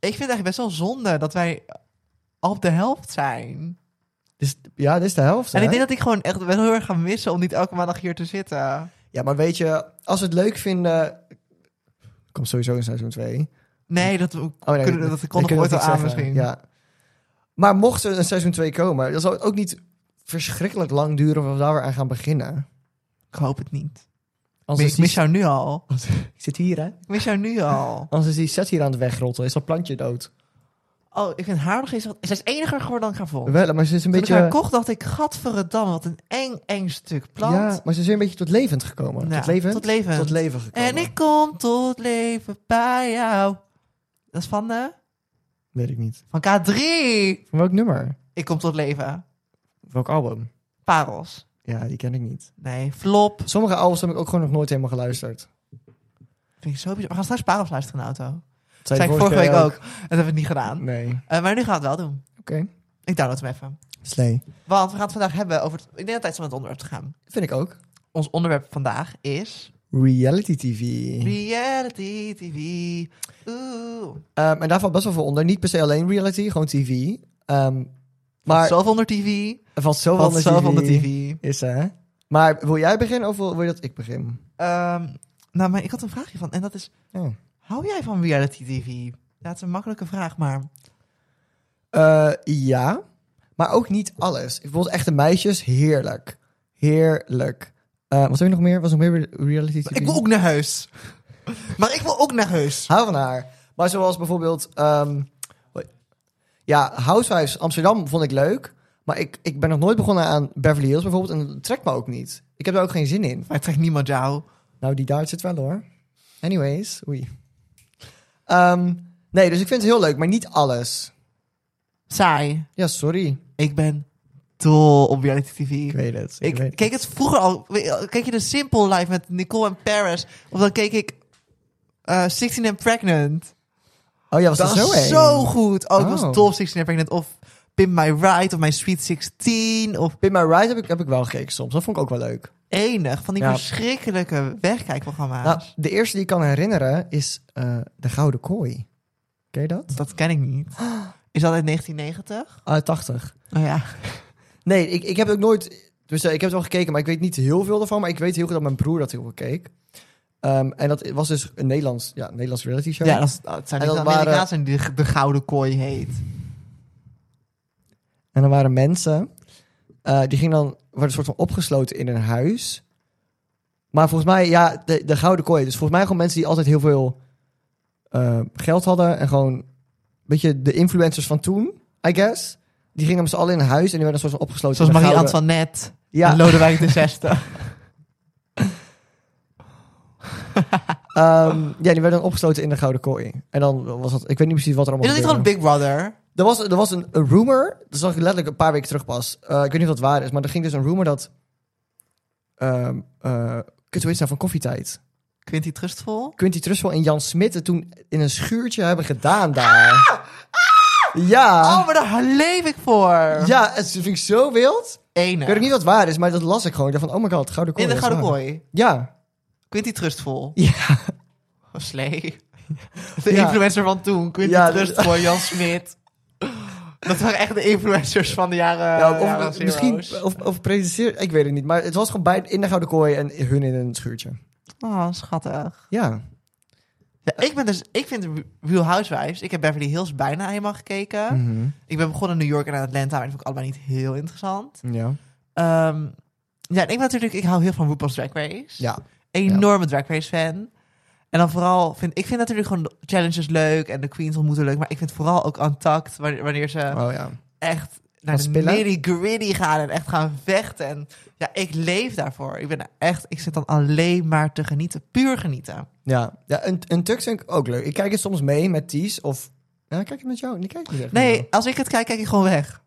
Speaker 1: Ik vind het eigenlijk best wel zonde dat wij al op de helft zijn.
Speaker 2: dus, ja, dit is de helft.
Speaker 1: En
Speaker 2: hè?
Speaker 1: ik denk dat ik gewoon echt wel heel erg ga missen om niet elke maandag hier te zitten.
Speaker 2: Ja, maar weet je, als we het leuk vinden... Komt sowieso in seizoen 2.
Speaker 1: Nee, dat, we
Speaker 2: Oh, nee,
Speaker 1: kunnen,
Speaker 2: we-
Speaker 1: dat,
Speaker 2: we
Speaker 1: kon nog
Speaker 2: kunnen
Speaker 1: ooit
Speaker 2: dat
Speaker 1: wel
Speaker 2: niet
Speaker 1: aan
Speaker 2: zeggen.
Speaker 1: misschien.
Speaker 2: Ja. Maar mocht er een seizoen 2 komen, dan zal het ook niet verschrikkelijk lang duren of we daar weer aan gaan beginnen.
Speaker 1: Ik hoop het niet.
Speaker 2: Als
Speaker 1: Ik mis jou nu al.
Speaker 2: Ik zit hier, hè?
Speaker 1: Ik mis jou nu al.
Speaker 2: Anders is die set hier aan het wegrotten. Is dat plantje dood?
Speaker 1: Oh, ik vind haar nog eens... Zij is eniger geworden dan ik haar vond.
Speaker 2: Wel, maar ze is een
Speaker 1: Toen ik haar
Speaker 2: beetje...
Speaker 1: kocht dacht ik, gadverdamme, wat een eng, eng stuk plant.
Speaker 2: Ja, maar ze is weer een beetje tot levend gekomen.
Speaker 1: Ja,
Speaker 2: tot levend?
Speaker 1: tot levend.
Speaker 2: Tot leven gekomen.
Speaker 1: en ik kom tot leven bij jou. Dat is van de...
Speaker 2: Weet ik niet.
Speaker 1: Van K3.
Speaker 2: Van welk nummer?
Speaker 1: Ik kom tot leven.
Speaker 2: Welk album?
Speaker 1: Parels.
Speaker 2: Ja, die ken ik niet.
Speaker 1: Nee, flop.
Speaker 2: Sommige albums heb ik ook gewoon nog nooit helemaal geluisterd.
Speaker 1: Vind ik zo bizar. We gaan straks parels luisteren in de auto.
Speaker 2: Dat
Speaker 1: Dat zei ik vorige week ook. En dat hebben we niet gedaan.
Speaker 2: Nee. Oké.
Speaker 1: Eh, maar nu gaan we het wel doen. Ik download hem even.
Speaker 2: Slee.
Speaker 1: Want we gaan het vandaag hebben over... Het, ik denk dat het tijd is om het onderwerp te gaan.
Speaker 2: Vind ik ook.
Speaker 1: Ons onderwerp vandaag is...
Speaker 2: Reality TV.
Speaker 1: Reality TV. Oeh.
Speaker 2: Ehm, en daar valt best wel veel onder. Niet per se alleen reality, gewoon TV. Ehm, maar
Speaker 1: Zoveel onder TV.
Speaker 2: er valt zoveel
Speaker 1: Wat
Speaker 2: onder
Speaker 1: zoveel
Speaker 2: TV.
Speaker 1: onder TV.
Speaker 2: Is hè? Maar wil jij beginnen of wil, wil je dat ik begin?
Speaker 1: Ehm, nou, maar ik had een vraagje van. En dat is...
Speaker 2: Oh.
Speaker 1: Hou jij van reality TV? Ja, het is een makkelijke vraag, maar...
Speaker 2: Eh, ja, maar ook niet alles. Bijvoorbeeld echte meisjes, heerlijk. Heerlijk. Eh, wat heb je nog meer? Was er nog meer re- reality TV?
Speaker 1: Ik wil ook naar huis. maar ik wil ook naar huis.
Speaker 2: Hou van haar. Maar zoals bijvoorbeeld... ehm, ja, Housewives Amsterdam vond ik leuk. Maar ik, ik ben nog nooit begonnen aan Beverly Hills bijvoorbeeld. En dat trekt me ook niet. Ik heb daar ook geen zin in.
Speaker 1: Maar trekt niemand jou.
Speaker 2: Nou, die Duits zit wel hoor. Anyways, oei. Ehm, nee, dus ik vind het heel leuk, maar niet alles.
Speaker 1: Saai.
Speaker 2: Ja, sorry.
Speaker 1: Ik ben dol op reality TV.
Speaker 2: Ik weet het. Ik,
Speaker 1: Ik,
Speaker 2: weet
Speaker 1: keek het vroeger al. we- Keek je de Simple Life met Nicole en Paris? Of dan keek ik eh 16 and Pregnant.
Speaker 2: Oh ja, was dat,
Speaker 1: Dat was
Speaker 2: zo
Speaker 1: zo,
Speaker 2: één?
Speaker 1: goed. Oh, ik
Speaker 2: Oh.
Speaker 1: was dol op 16 and Pregnant. Of Pimp My Ride of My Sweet 16 of
Speaker 2: Pin My Ride heb ik, heb ik wel gekeken soms. Dat vond ik ook wel leuk.
Speaker 1: enig van die
Speaker 2: Ja.
Speaker 1: verschrikkelijke wegkijkprogramma's.
Speaker 2: Nou, de eerste die ik kan herinneren is eh, De Gouden Kooi. Ken je dat?
Speaker 1: Dat ken ik niet. Is dat uit 1990?
Speaker 2: Uit 80.
Speaker 1: Oh ja.
Speaker 2: Nee, ik, ik heb ook nooit... Dus eh, ik heb het wel gekeken, maar ik weet niet heel veel ervan. Maar ik weet heel goed dat mijn broer dat heel veel keek. Ehm, en dat was dus een Nederlands, ja, een Nederlands reality show.
Speaker 1: Ja, dat, is- dat zijn
Speaker 2: En
Speaker 1: niet
Speaker 2: dat
Speaker 1: de
Speaker 2: waren-
Speaker 1: Amerikaanse zijn die de, de gouden kooi heet.
Speaker 2: En dan waren mensen, eh, die gingen dan, werden soort van opgesloten in een huis. Maar volgens mij, ja, de, de gouden kooi. Dus volgens mij gewoon mensen die altijd heel veel eh, geld hadden. En gewoon, een beetje de influencers van toen, I guess. Die gingen met z'n allen in een huis en die werden een soort van opgesloten.
Speaker 1: Zoals
Speaker 2: in een
Speaker 1: Marie
Speaker 2: gouden-
Speaker 1: Antoinette en
Speaker 2: Ja,
Speaker 1: Lodewijk de Zesde.
Speaker 2: ehm, ja, die werden dan opgesloten in de gouden kooi. En dan was dat, ik weet niet precies wat er
Speaker 1: Is
Speaker 2: allemaal
Speaker 1: dat niet
Speaker 2: gebeurde.
Speaker 1: gewoon Big Brother?
Speaker 2: Er was, er was een, een rumor, dat zag ik letterlijk een paar weken terug pas. Eh, ik weet niet of dat waar is, maar er ging dus een rumor dat... ehm eh kut, hoe heet ze nou van Koffietijd?
Speaker 1: Quinty Trustful?
Speaker 2: Quinty Trussel en Jan Smit het toen in een schuurtje hebben gedaan daar.
Speaker 1: Ah!
Speaker 2: Ja,
Speaker 1: Oh, maar daar leef ik voor.
Speaker 2: Ah. ja, het vind ik zo wild. Ik
Speaker 1: Enig.
Speaker 2: weet ook niet wat waar is, maar dat las ik gewoon. Ik dacht van, oh my god, Gouden Kooi.
Speaker 1: In de
Speaker 2: dat is
Speaker 1: gouden
Speaker 2: waar.
Speaker 1: kooi.
Speaker 2: Ja,
Speaker 1: Quinty Trustful.
Speaker 2: ja.
Speaker 1: Oh, slee. De
Speaker 2: Ja.
Speaker 1: influencer van toen. Quinty
Speaker 2: Ja, dus-
Speaker 1: Trustful, Jan Smit. Dat waren echt de influencers van de jaren...
Speaker 2: Ja, of
Speaker 1: jaren zero's.
Speaker 2: misschien, of, of presenteer, ik weet het niet. Maar het was gewoon bij, in de Gouden Kooi en hun in een schuurtje.
Speaker 1: Oh, schattig.
Speaker 2: Ja.
Speaker 1: Ja, ik, ben dus, ik vind Real Housewives... Ik heb Beverly Hills bijna helemaal gekeken.
Speaker 2: Mhm.
Speaker 1: Ik ben begonnen in New York en in Atlanta. Maar dat vond ik allebei niet heel interessant.
Speaker 2: Ja.
Speaker 1: Ehm, ja, en ik ben natuurlijk... Ik hou heel van RuPaul's Drag Race.
Speaker 2: Ja.
Speaker 1: Enorme Drag Race fan. En dan vooral vind... Ik vind natuurlijk gewoon de challenges leuk. En de queens ontmoeten leuk. Maar ik vind vooral ook Untucked. Wanneer, wanneer ze
Speaker 2: Oh ja.
Speaker 1: echt naar de
Speaker 2: spillen?
Speaker 1: nitty-gritty gaan. En echt gaan vechten. En ja, ik leef daarvoor. Ik ben er echt... Ik zit dan alleen maar te genieten. Puur genieten.
Speaker 2: Ja, ja een, een tux vind ik ook leuk. Ik kijk het soms mee met Ties of... Ja, kijk het met jou. Die kijk ik niet echt met jou.
Speaker 1: Nee, als ik het kijk, kijk ik gewoon weg.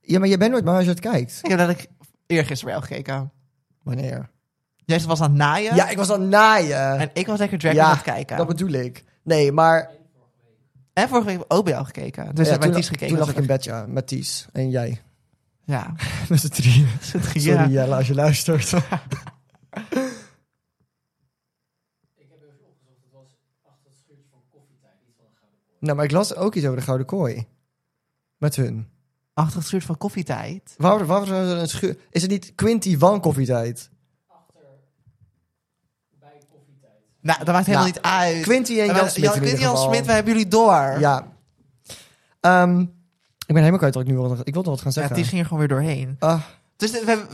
Speaker 2: Ja, maar jij bent nooit maar als je het kijkt.
Speaker 1: Ik heb dat ik eergisteren wel gekeken.
Speaker 2: Wanneer?
Speaker 1: Jij was aan het naaien.
Speaker 2: Ja, ik was aan het naaien.
Speaker 1: En ik was lekker drag
Speaker 2: Ja,
Speaker 1: aan het kijken.
Speaker 2: Dat bedoel ik. Nee, maar...
Speaker 1: En vorige week heb ik ook bij jou gekeken. Dus
Speaker 2: ja,
Speaker 1: heb bij
Speaker 2: toen,
Speaker 1: Ties gekeken.
Speaker 2: toen
Speaker 1: dat
Speaker 2: lag ik in bed, ja. Met Ties. En jij.
Speaker 1: ik- Ja.
Speaker 2: Met z'n drieën. Sorry,
Speaker 1: ja.
Speaker 2: Jelle, als je luistert. Nou, maar ik las ook iets over de Gouden Kooi. Met hun.
Speaker 1: Achter het schuurt van koffietijd.
Speaker 2: Waar, waar was er een schuur? Is het niet Quinty van Koffietijd?
Speaker 1: Nou, dat maakt helemaal
Speaker 2: Nou,
Speaker 1: niet uit.
Speaker 2: Quinty en
Speaker 1: Maar
Speaker 2: Jan Smit. in
Speaker 1: Quinty en
Speaker 2: ieder
Speaker 1: Jan
Speaker 2: geval.
Speaker 1: Smit, wij hebben jullie door.
Speaker 2: Ja. Ehm, ik ben helemaal kwijt wat ik nu wilde. Ik wilde nog wat gaan
Speaker 1: Ja,
Speaker 2: zeggen.
Speaker 1: Ties ging er gewoon weer doorheen.
Speaker 2: Ah,
Speaker 1: Dus we hebben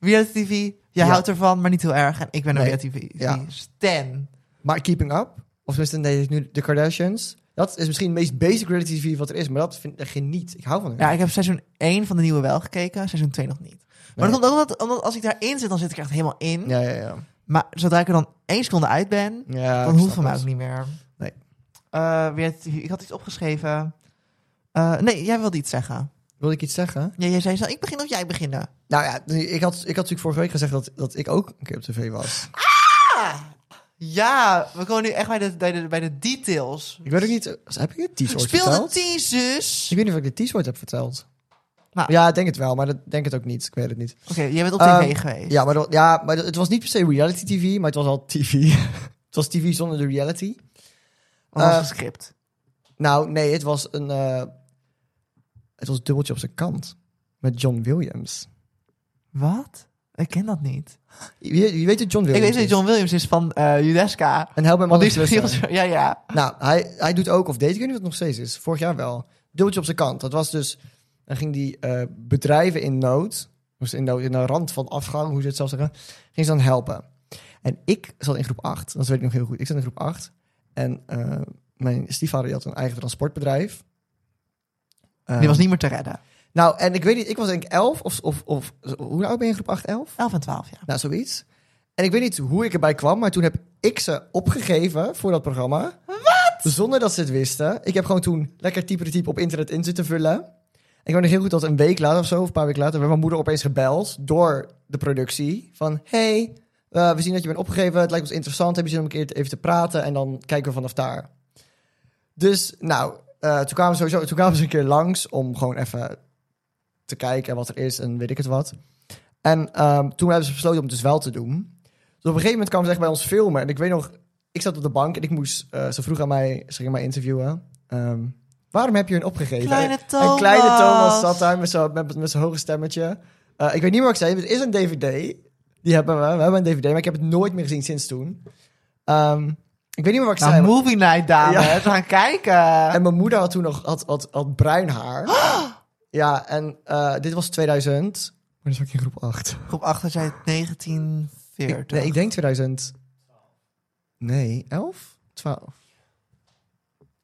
Speaker 1: reality TV. Je
Speaker 2: Ja.
Speaker 1: houdt ervan, maar niet heel erg. En ik ben een
Speaker 2: Nee.
Speaker 1: reality TV.
Speaker 2: Ja.
Speaker 1: Stan.
Speaker 2: maar Keeping Up, of tenminste nee, nu de Kardashians. Dat is misschien het meest basic reality TV wat er is, maar dat vind ik geniet. Ik hou van het.
Speaker 1: Ja, ik heb seizoen 1 van de nieuwe wel gekeken. Seizoen 2 nog niet. Maar
Speaker 2: Nee.
Speaker 1: dat komt ook omdat, omdat als ik daarin zit, dan zit ik er echt helemaal in.
Speaker 2: ja, ja, ja.
Speaker 1: Maar zodra ik er dan één seconde uit ben,
Speaker 2: ja
Speaker 1: dan
Speaker 2: ik
Speaker 1: hoeft
Speaker 2: snap
Speaker 1: van mij
Speaker 2: het.
Speaker 1: ook niet meer.
Speaker 2: Nee.
Speaker 1: Eh, weer, ik had iets opgeschreven. Eh, nee, jij wilde iets zeggen.
Speaker 2: Wilde ik iets zeggen?
Speaker 1: Ja, jij zei zo, ik begin of jij beginnen.
Speaker 2: Nou ja, nu- ik had, ik had natuurlijk vorige week gezegd dat, dat ik ook een keer op tv was.
Speaker 1: Ja, we komen nu echt bij de, bij de, bij de details.
Speaker 2: Ik weet ook niet... eh, Heb ik het T-shirt
Speaker 1: Speel
Speaker 2: verteld?
Speaker 1: de thesis.
Speaker 2: Ik weet niet of ik de T-shirt heb verteld.
Speaker 1: Nou.
Speaker 2: Ja, ik denk het wel, maar dat denk het ook niet. Ik weet het niet.
Speaker 1: Oké, jij bent op
Speaker 2: Ehm,
Speaker 1: tv geweest.
Speaker 2: Ja, maar, dat- ja, maar dat- het was niet per se reality TV, maar het was al TV. het was TV zonder de reality.
Speaker 1: Dat was
Speaker 2: eh,
Speaker 1: gescript.
Speaker 2: Nou, nee, het was een. eh, het was een dubbeltje op zijn kant. Met John Williams.
Speaker 1: Wat? Ik ken dat niet.
Speaker 2: Je, je weet het John
Speaker 1: Ik
Speaker 2: Williams.
Speaker 1: weet dat
Speaker 2: is.
Speaker 1: John Williams is van eh Judeska.
Speaker 2: En help hem
Speaker 1: Want die
Speaker 2: anders
Speaker 1: is
Speaker 2: luisteren.
Speaker 1: Ja, ja.
Speaker 2: Nou, hij, hij doet ook, of deed ik weet niet of het nog steeds is. Vorig jaar wel. Dubbeltje op zijn kant. Dat was dus. Dan ging die eh, bedrijven in nood. Dus in, nood, in de rand van afgang, hoe ze het zelf zeggen. Ging ze dan helpen. En ik zat in groep 8. Dat weet ik nog heel goed. Ik zat in groep 8. En eh, mijn stiefvader die had een eigen transportbedrijf. Eh,
Speaker 1: Die was niet meer te redden.
Speaker 2: Nou, en ik weet niet, ik was denk ik 11 of, of, of hoe oud ben je in groep 8, 11?
Speaker 1: 11 en 12, ja.
Speaker 2: Nou, zoiets. En ik weet niet hoe ik erbij kwam, maar toen heb ik ze opgegeven voor dat programma. Wat? Zonder dat ze het wisten. Ik heb gewoon toen lekker type type op internet in zitten vullen. Ik weet nog heel goed dat een week later of zo, of een paar weken later, werd mijn moeder opeens gebeld door de productie. Van, hey, eh, we zien dat je bent opgegeven, het lijkt ons interessant, heb je zin om een keer even te praten? En dan kijken we vanaf daar. Dus, nou, eh, toen kwamen ze sowieso, toen kwamen ze een keer langs om gewoon even te kijken wat er is en weet ik het wat. En ehm, toen hebben ze besloten om het dus wel te doen. Dus op een gegeven moment kwam ze echt bij ons filmen. En ik weet nog, ik zat op de bank en ik moest, eh, ze vroeg aan mij, ze ging mij interviewen. Ehm, waarom heb je hun opgegeven?
Speaker 1: Kleine
Speaker 2: Een kleine
Speaker 1: Thomas.
Speaker 2: Thomas zat daar met zo'n met, met zo'n hoge stemmetje. Eh, ik weet niet meer wat ik zei, maar het is een DVD. Die hebben we, we hebben een DVD, maar ik heb het nooit meer gezien sinds toen. Ehm, ik weet niet meer wat ik
Speaker 1: Nou,
Speaker 2: zei.
Speaker 1: movie night, dames.
Speaker 2: Ja.
Speaker 1: We gaan kijken.
Speaker 2: En mijn moeder had toen nog had, had, had bruin haar. Ja, en eh, dit was 2000.
Speaker 1: Oh,
Speaker 2: Maar dat was ik in groep 8.
Speaker 1: Groep 8 was jij 1940.
Speaker 2: Ik, nee, ik denk 2000. Nee, 11? 12.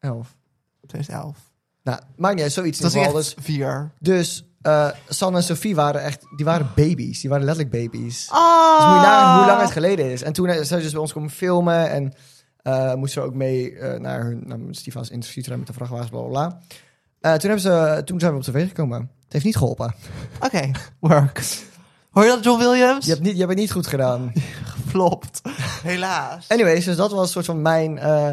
Speaker 2: 11.
Speaker 1: 2011.
Speaker 2: Nou, maakt niet uit, zoiets in
Speaker 1: Dat
Speaker 2: ieder
Speaker 1: was
Speaker 2: geval.
Speaker 1: echt
Speaker 2: Dus,
Speaker 1: vier.
Speaker 2: dus eh, Sanne en Sophie waren echt, die waren baby's. Die waren letterlijk baby's.
Speaker 1: Oh.
Speaker 2: Dus moet je nagaan hoe lang het geleden is. En toen eh, zijn ze dus bij ons komen filmen en eh, moesten ze ook mee eh, naar hun naar mijn stiefvader's interviewtrein met de vrachtwagens, bla bla bla. Eh, toen, hebben ze, toen zijn we op tv gekomen. Het heeft niet geholpen.
Speaker 1: Ah! Oké, work. Hoor je dat, John Williams?
Speaker 2: Je hebt, niet, je hebt het niet goed gedaan.
Speaker 1: Geflopt. Helaas.
Speaker 2: Anyways, dus dat was een soort van mijn eh,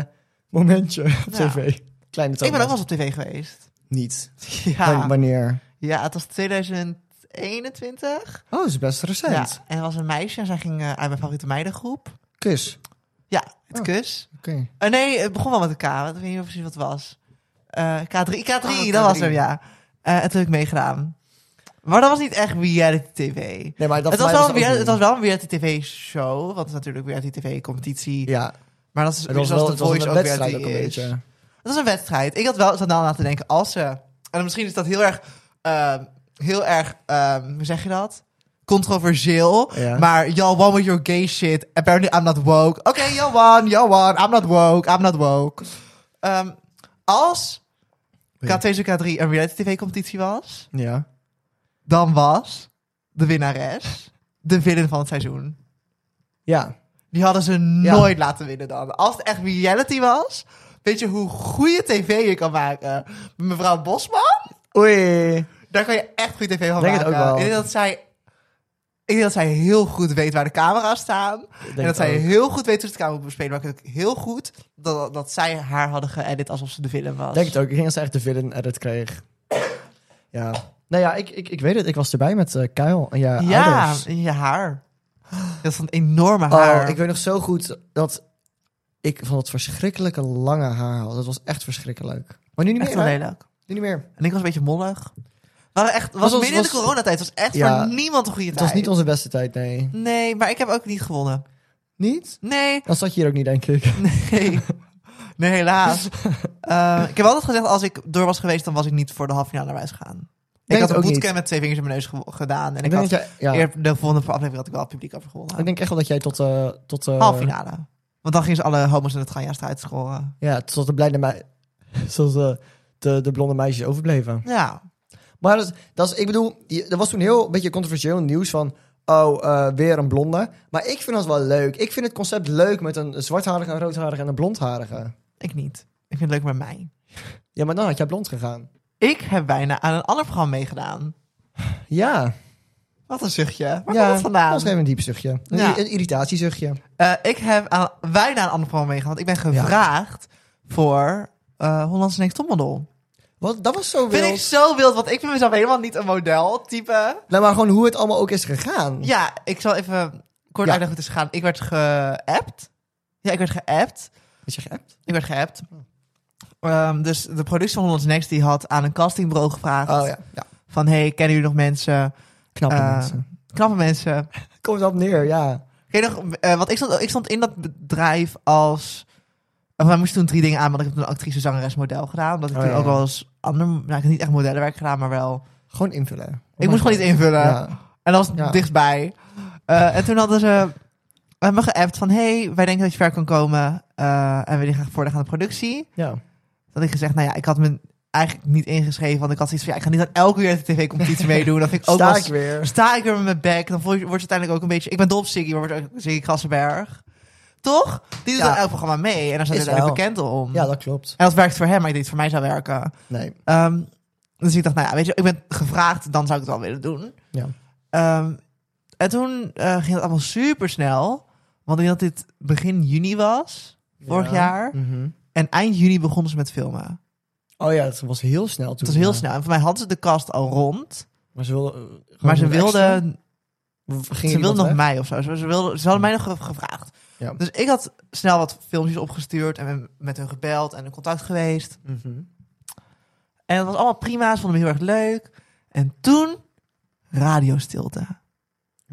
Speaker 2: momentje op
Speaker 1: Ja.
Speaker 2: tv. Kleine
Speaker 1: ik ben ook
Speaker 2: Thomas.
Speaker 1: wel eens op tv geweest.
Speaker 2: Niet.
Speaker 1: Ja,
Speaker 2: Wan- Wanneer?
Speaker 1: ja het was 2021.
Speaker 2: Oh, dat is best
Speaker 1: Ja,
Speaker 2: recent.
Speaker 1: en er was een meisje en zij ging eh, uit mijn favoriete meidengroep.
Speaker 2: Kus.
Speaker 1: Ja, het
Speaker 2: Oh.
Speaker 1: kus.
Speaker 2: Oké.
Speaker 1: Eh, nee, het begon wel met een K. want Ik weet niet meer precies wat het was. Eh, K3, K3,
Speaker 2: Ah,
Speaker 1: dat was
Speaker 2: K3.
Speaker 1: hem, ja. Eh en toen heb ik meegedaan. Maar dat was niet echt reality tv.
Speaker 2: Nee, maar dat
Speaker 1: het,
Speaker 2: voor mij
Speaker 1: was wel een
Speaker 2: ook
Speaker 1: reality,
Speaker 2: nieuw.
Speaker 1: het was wel een reality tv-show, want het is natuurlijk reality tv-competitie.
Speaker 2: Ja,
Speaker 1: Maar dat is
Speaker 2: het
Speaker 1: zoals
Speaker 2: was wel
Speaker 1: de
Speaker 2: het was
Speaker 1: Voice
Speaker 2: een
Speaker 1: ook
Speaker 2: wedstrijd
Speaker 1: reality
Speaker 2: ook een
Speaker 1: is.
Speaker 2: beetje.
Speaker 1: Dat is een wedstrijd. Ik had wel zat nou na te denken, als ze... En misschien is dat heel erg... ehm, heel erg... ehm, hoe zeg je dat? Controversieel.
Speaker 2: Ja.
Speaker 1: Maar y'all won with your gay shit. Apparently I'm not woke. Oké, y'all won, y'all won. I'm not woke, I'm not woke. Ehm, als
Speaker 2: Ja.
Speaker 1: K2 en K3 een reality tv-competitie was...
Speaker 2: Ja.
Speaker 1: dan was de winnares de villain van het seizoen.
Speaker 2: Ja.
Speaker 1: Die hadden ze
Speaker 2: Ja.
Speaker 1: nooit laten winnen dan. Als het echt reality was, weet je hoe goede tv je kan maken. Mevrouw Bosman,
Speaker 2: Oei.
Speaker 1: daar kan je echt goede tv van
Speaker 2: Denk het
Speaker 1: maken.
Speaker 2: ook wel.
Speaker 1: Ik denk dat zij... Ik denk dat zij heel goed weet waar de camera's staan. en dat
Speaker 2: het
Speaker 1: zij
Speaker 2: ook.
Speaker 1: heel goed weet hoe ze de camera moet bespelen. Maar ik denk ook heel goed dat, dat zij haar hadden geëdit alsof ze de villain was.
Speaker 2: Ik denk het ook. Ik ging als echt de villain edit kreeg. Ja. Nou ja, ik, ik, ik weet het. Ik was erbij met eh Kuil en ja,
Speaker 1: ja,
Speaker 2: ouders.
Speaker 1: in je haar. Dat is een enorme haar.
Speaker 2: Oh, ik weet nog zo goed dat ik van dat verschrikkelijke lange haar had. Dat was echt verschrikkelijk. Maar nu niet
Speaker 1: echt
Speaker 2: meer,
Speaker 1: wel
Speaker 2: hè?
Speaker 1: lelijk.
Speaker 2: Nu niet meer.
Speaker 1: En ik was een beetje mollig. Maar echt, was,
Speaker 2: Was ons-
Speaker 1: midden in de
Speaker 2: was-
Speaker 1: coronatijd. Het was echt
Speaker 2: Ja.
Speaker 1: voor niemand een goede
Speaker 2: Het
Speaker 1: tijd.
Speaker 2: was niet onze beste tijd, nee.
Speaker 1: Nee, maar ik heb ook niet gewonnen.
Speaker 2: Niet?
Speaker 1: Nee,
Speaker 2: Dan zat je hier ook niet, denk ik.
Speaker 1: nee. Nee, helaas. Eh, ik heb altijd gezegd, als ik door was geweest, dan was ik niet voor de halve finale naar huis gegaan. Ik
Speaker 2: Denk
Speaker 1: had een
Speaker 2: ook niet.
Speaker 1: bootcamp met twee vingers in mijn neus ge- gedaan. En ik,
Speaker 2: denk dat
Speaker 1: had
Speaker 2: jij, ja,
Speaker 1: eer- de volgende aflevering had ik wel het publiek over gewonnen.
Speaker 2: ik denk echt wel dat jij tot, eh tot, eh,
Speaker 1: Halve finale. Want dan gingen ze alle homo's en het ganjaars eruit scoren.
Speaker 2: ja, tot de blijde mei- tot, eh, de, de blonde meisjes overbleven.
Speaker 1: Ja.
Speaker 2: Maar dat, is- dat is, ik bedoel, je- er was toen heel een beetje controversieel nieuws van... Oh, eh, weer een blonde. Maar ik vind dat wel leuk. Ik vind het concept leuk met een zwartharige, een roodharige en een blondharige.
Speaker 1: Ik niet. Ik vind het leuk met mij.
Speaker 2: Ja, maar dan had jij blond gegaan.
Speaker 1: Ik heb bijna aan een ander programma meegedaan.
Speaker 2: Ja.
Speaker 1: Wat een zuchtje. Waar komt
Speaker 2: ja,
Speaker 1: dat vandaan?
Speaker 2: was even een diep zuchtje. Een,
Speaker 1: Ja.
Speaker 2: een irritatiezuchtje.
Speaker 1: Eh, ik heb aan, bijna een ander programma meegedaan. Want ik ben gevraagd voor eh Hollandse Next Topmodel.
Speaker 2: Wat, dat was zo
Speaker 1: Vind
Speaker 2: wild.
Speaker 1: ik zo wild, want ik vind mezelf helemaal niet een model type.
Speaker 2: Nou, maar gewoon hoe het allemaal ook is gegaan.
Speaker 1: Ja, ik zal even kort
Speaker 2: Ja.
Speaker 1: uitleggen hoe het is gegaan. Ik werd geappt. Ja, ik werd geappt.
Speaker 2: Is je geappt?
Speaker 1: Ik werd geappt. Ehm, dus de productie van Holland's Next die had aan een castingbureau gevraagd
Speaker 2: Oh ja. ja.
Speaker 1: van hey, kennen jullie nog mensen,
Speaker 2: Knappe
Speaker 1: Eh,
Speaker 2: mensen.
Speaker 1: knappe mensen?
Speaker 2: Komt dat neer, ja.
Speaker 1: Ken je nog, eh, want ik stond, ik stond in dat bedrijf als... Of wij moesten toen drie dingen aan, want ik heb toen actrice, zangeres, model gedaan. Omdat ik
Speaker 2: Oh,
Speaker 1: toen
Speaker 2: ja,
Speaker 1: ook
Speaker 2: ja.
Speaker 1: wel eens ander... Nou, ik heb niet echt modellenwerk gedaan, maar wel...
Speaker 2: Gewoon invullen.
Speaker 1: Ik moest gewoon iets invullen.
Speaker 2: Oh Ja.
Speaker 1: En dat was
Speaker 2: Ja.
Speaker 1: dichtbij. Eh, en toen hadden ze eh, me geappt van... hey, wij denken dat je ver kan komen. eh, en we willen je graag voorleggen aan de productie.
Speaker 2: ja.
Speaker 1: Dat ik gezegd, nou ja, ik had me eigenlijk niet ingeschreven. Want ik had zoiets van, ja, ik ga niet aan elke weer tv-competitie meedoen. Dat vind ik ook
Speaker 2: Sta
Speaker 1: wel
Speaker 2: ik weer.
Speaker 1: sta ik weer met mijn bek. Dan word je wordt je uiteindelijk ook een beetje... Ik ben dol op Siggy, maar wordt ook Siggy Krassenberg. Toch? Die doet
Speaker 2: Ja.
Speaker 1: aan elk programma mee. En daar staat
Speaker 2: Is
Speaker 1: uiteindelijk bekend om.
Speaker 2: Ja, dat klopt.
Speaker 1: En dat werkt voor hem, maar ik deed het voor mij zou werken.
Speaker 2: Nee.
Speaker 1: Ehm, dus ik dacht, nou ja, weet je, ik ben gevraagd, dan zou ik het wel willen doen.
Speaker 2: Ja.
Speaker 1: Ehm, en toen eh, ging het allemaal super snel. Want ik denk dat dit begin juni was, vorig
Speaker 2: Ja.
Speaker 1: jaar.
Speaker 2: Mhm.
Speaker 1: En eind juni begonnen ze met filmen.
Speaker 2: Oh ja, dat was heel snel toen.
Speaker 1: Het was heel
Speaker 2: ja.
Speaker 1: snel. En voor mij hadden ze de cast al rond.
Speaker 2: Maar ze wilde... eh, gewoon
Speaker 1: Maar ze
Speaker 2: een extra.
Speaker 1: wilde,
Speaker 2: Ging
Speaker 1: ze
Speaker 2: iemand
Speaker 1: wilde nog
Speaker 2: weg? Hmm.
Speaker 1: mij of zo. Ze, ze wilde, ze hadden mij nog ge- gevraagd.
Speaker 2: Ja.
Speaker 1: Dus ik had snel wat filmpjes opgestuurd en met hun gebeld en in contact geweest.
Speaker 2: Mhm.
Speaker 1: En dat was allemaal prima. Ze vonden me heel erg leuk. En toen radiostilte.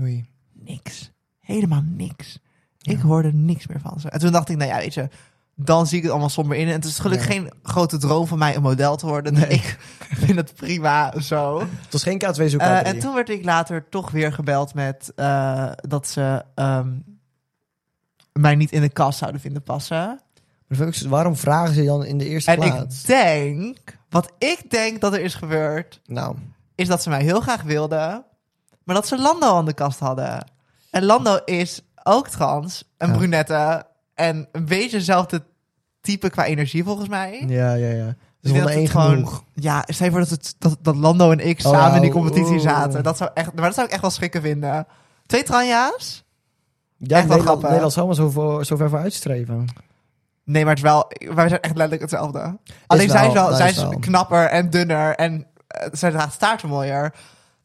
Speaker 2: Oei.
Speaker 1: Niks. Helemaal niks. Ik
Speaker 2: Ja.
Speaker 1: hoorde niks meer van ze. En toen dacht ik, nou ja, weet je, dan zie ik het allemaal somber in. En het is gelukkig
Speaker 2: Ja.
Speaker 1: geen grote droom van mij om model te worden. Dus
Speaker 2: Nee.
Speaker 1: Ik vind het prima zo.
Speaker 2: Het was geen K2 zoek.
Speaker 1: Eh, en toen werd ik later toch weer gebeld met eh, dat ze ehm, mij niet in de kast zouden vinden passen.
Speaker 2: waarom vragen ze dan in de eerste
Speaker 1: En
Speaker 2: plaats?
Speaker 1: ik denk, wat ik denk dat er is gebeurd,
Speaker 2: Nou,
Speaker 1: is dat ze mij heel graag wilden, maar dat ze Lando aan de kast hadden. En Lando is ook trans, een
Speaker 2: Ja.
Speaker 1: brunette en een beetje hetzelfde type qua energie volgens mij.
Speaker 2: ja, ja, ja.
Speaker 1: Dus
Speaker 2: Dus
Speaker 1: ik
Speaker 2: wel
Speaker 1: denk
Speaker 2: één
Speaker 1: dat het gewoon-
Speaker 2: genoeg.
Speaker 1: Ja, zij voor dat, het, dat, dat Lando en ik
Speaker 2: Oh,
Speaker 1: samen in die
Speaker 2: oh,
Speaker 1: competitie
Speaker 2: oeh.
Speaker 1: zaten. Dat zou echt, maar dat zou ik echt wel schrikken vinden. Twee Tranja's?
Speaker 2: Ja,
Speaker 1: echt wel
Speaker 2: Nederland,
Speaker 1: grappig.
Speaker 2: Nederland zou maar zo, voor- zo ver voor uitstreven.
Speaker 1: Nee, maar het is wel, wij zijn echt letterlijk hetzelfde. Alleen
Speaker 2: wel,
Speaker 1: zij is, wel,
Speaker 2: dat
Speaker 1: zij
Speaker 2: is
Speaker 1: is
Speaker 2: wel.
Speaker 1: knapper en dunner en eh, zij draagt staarten mooier.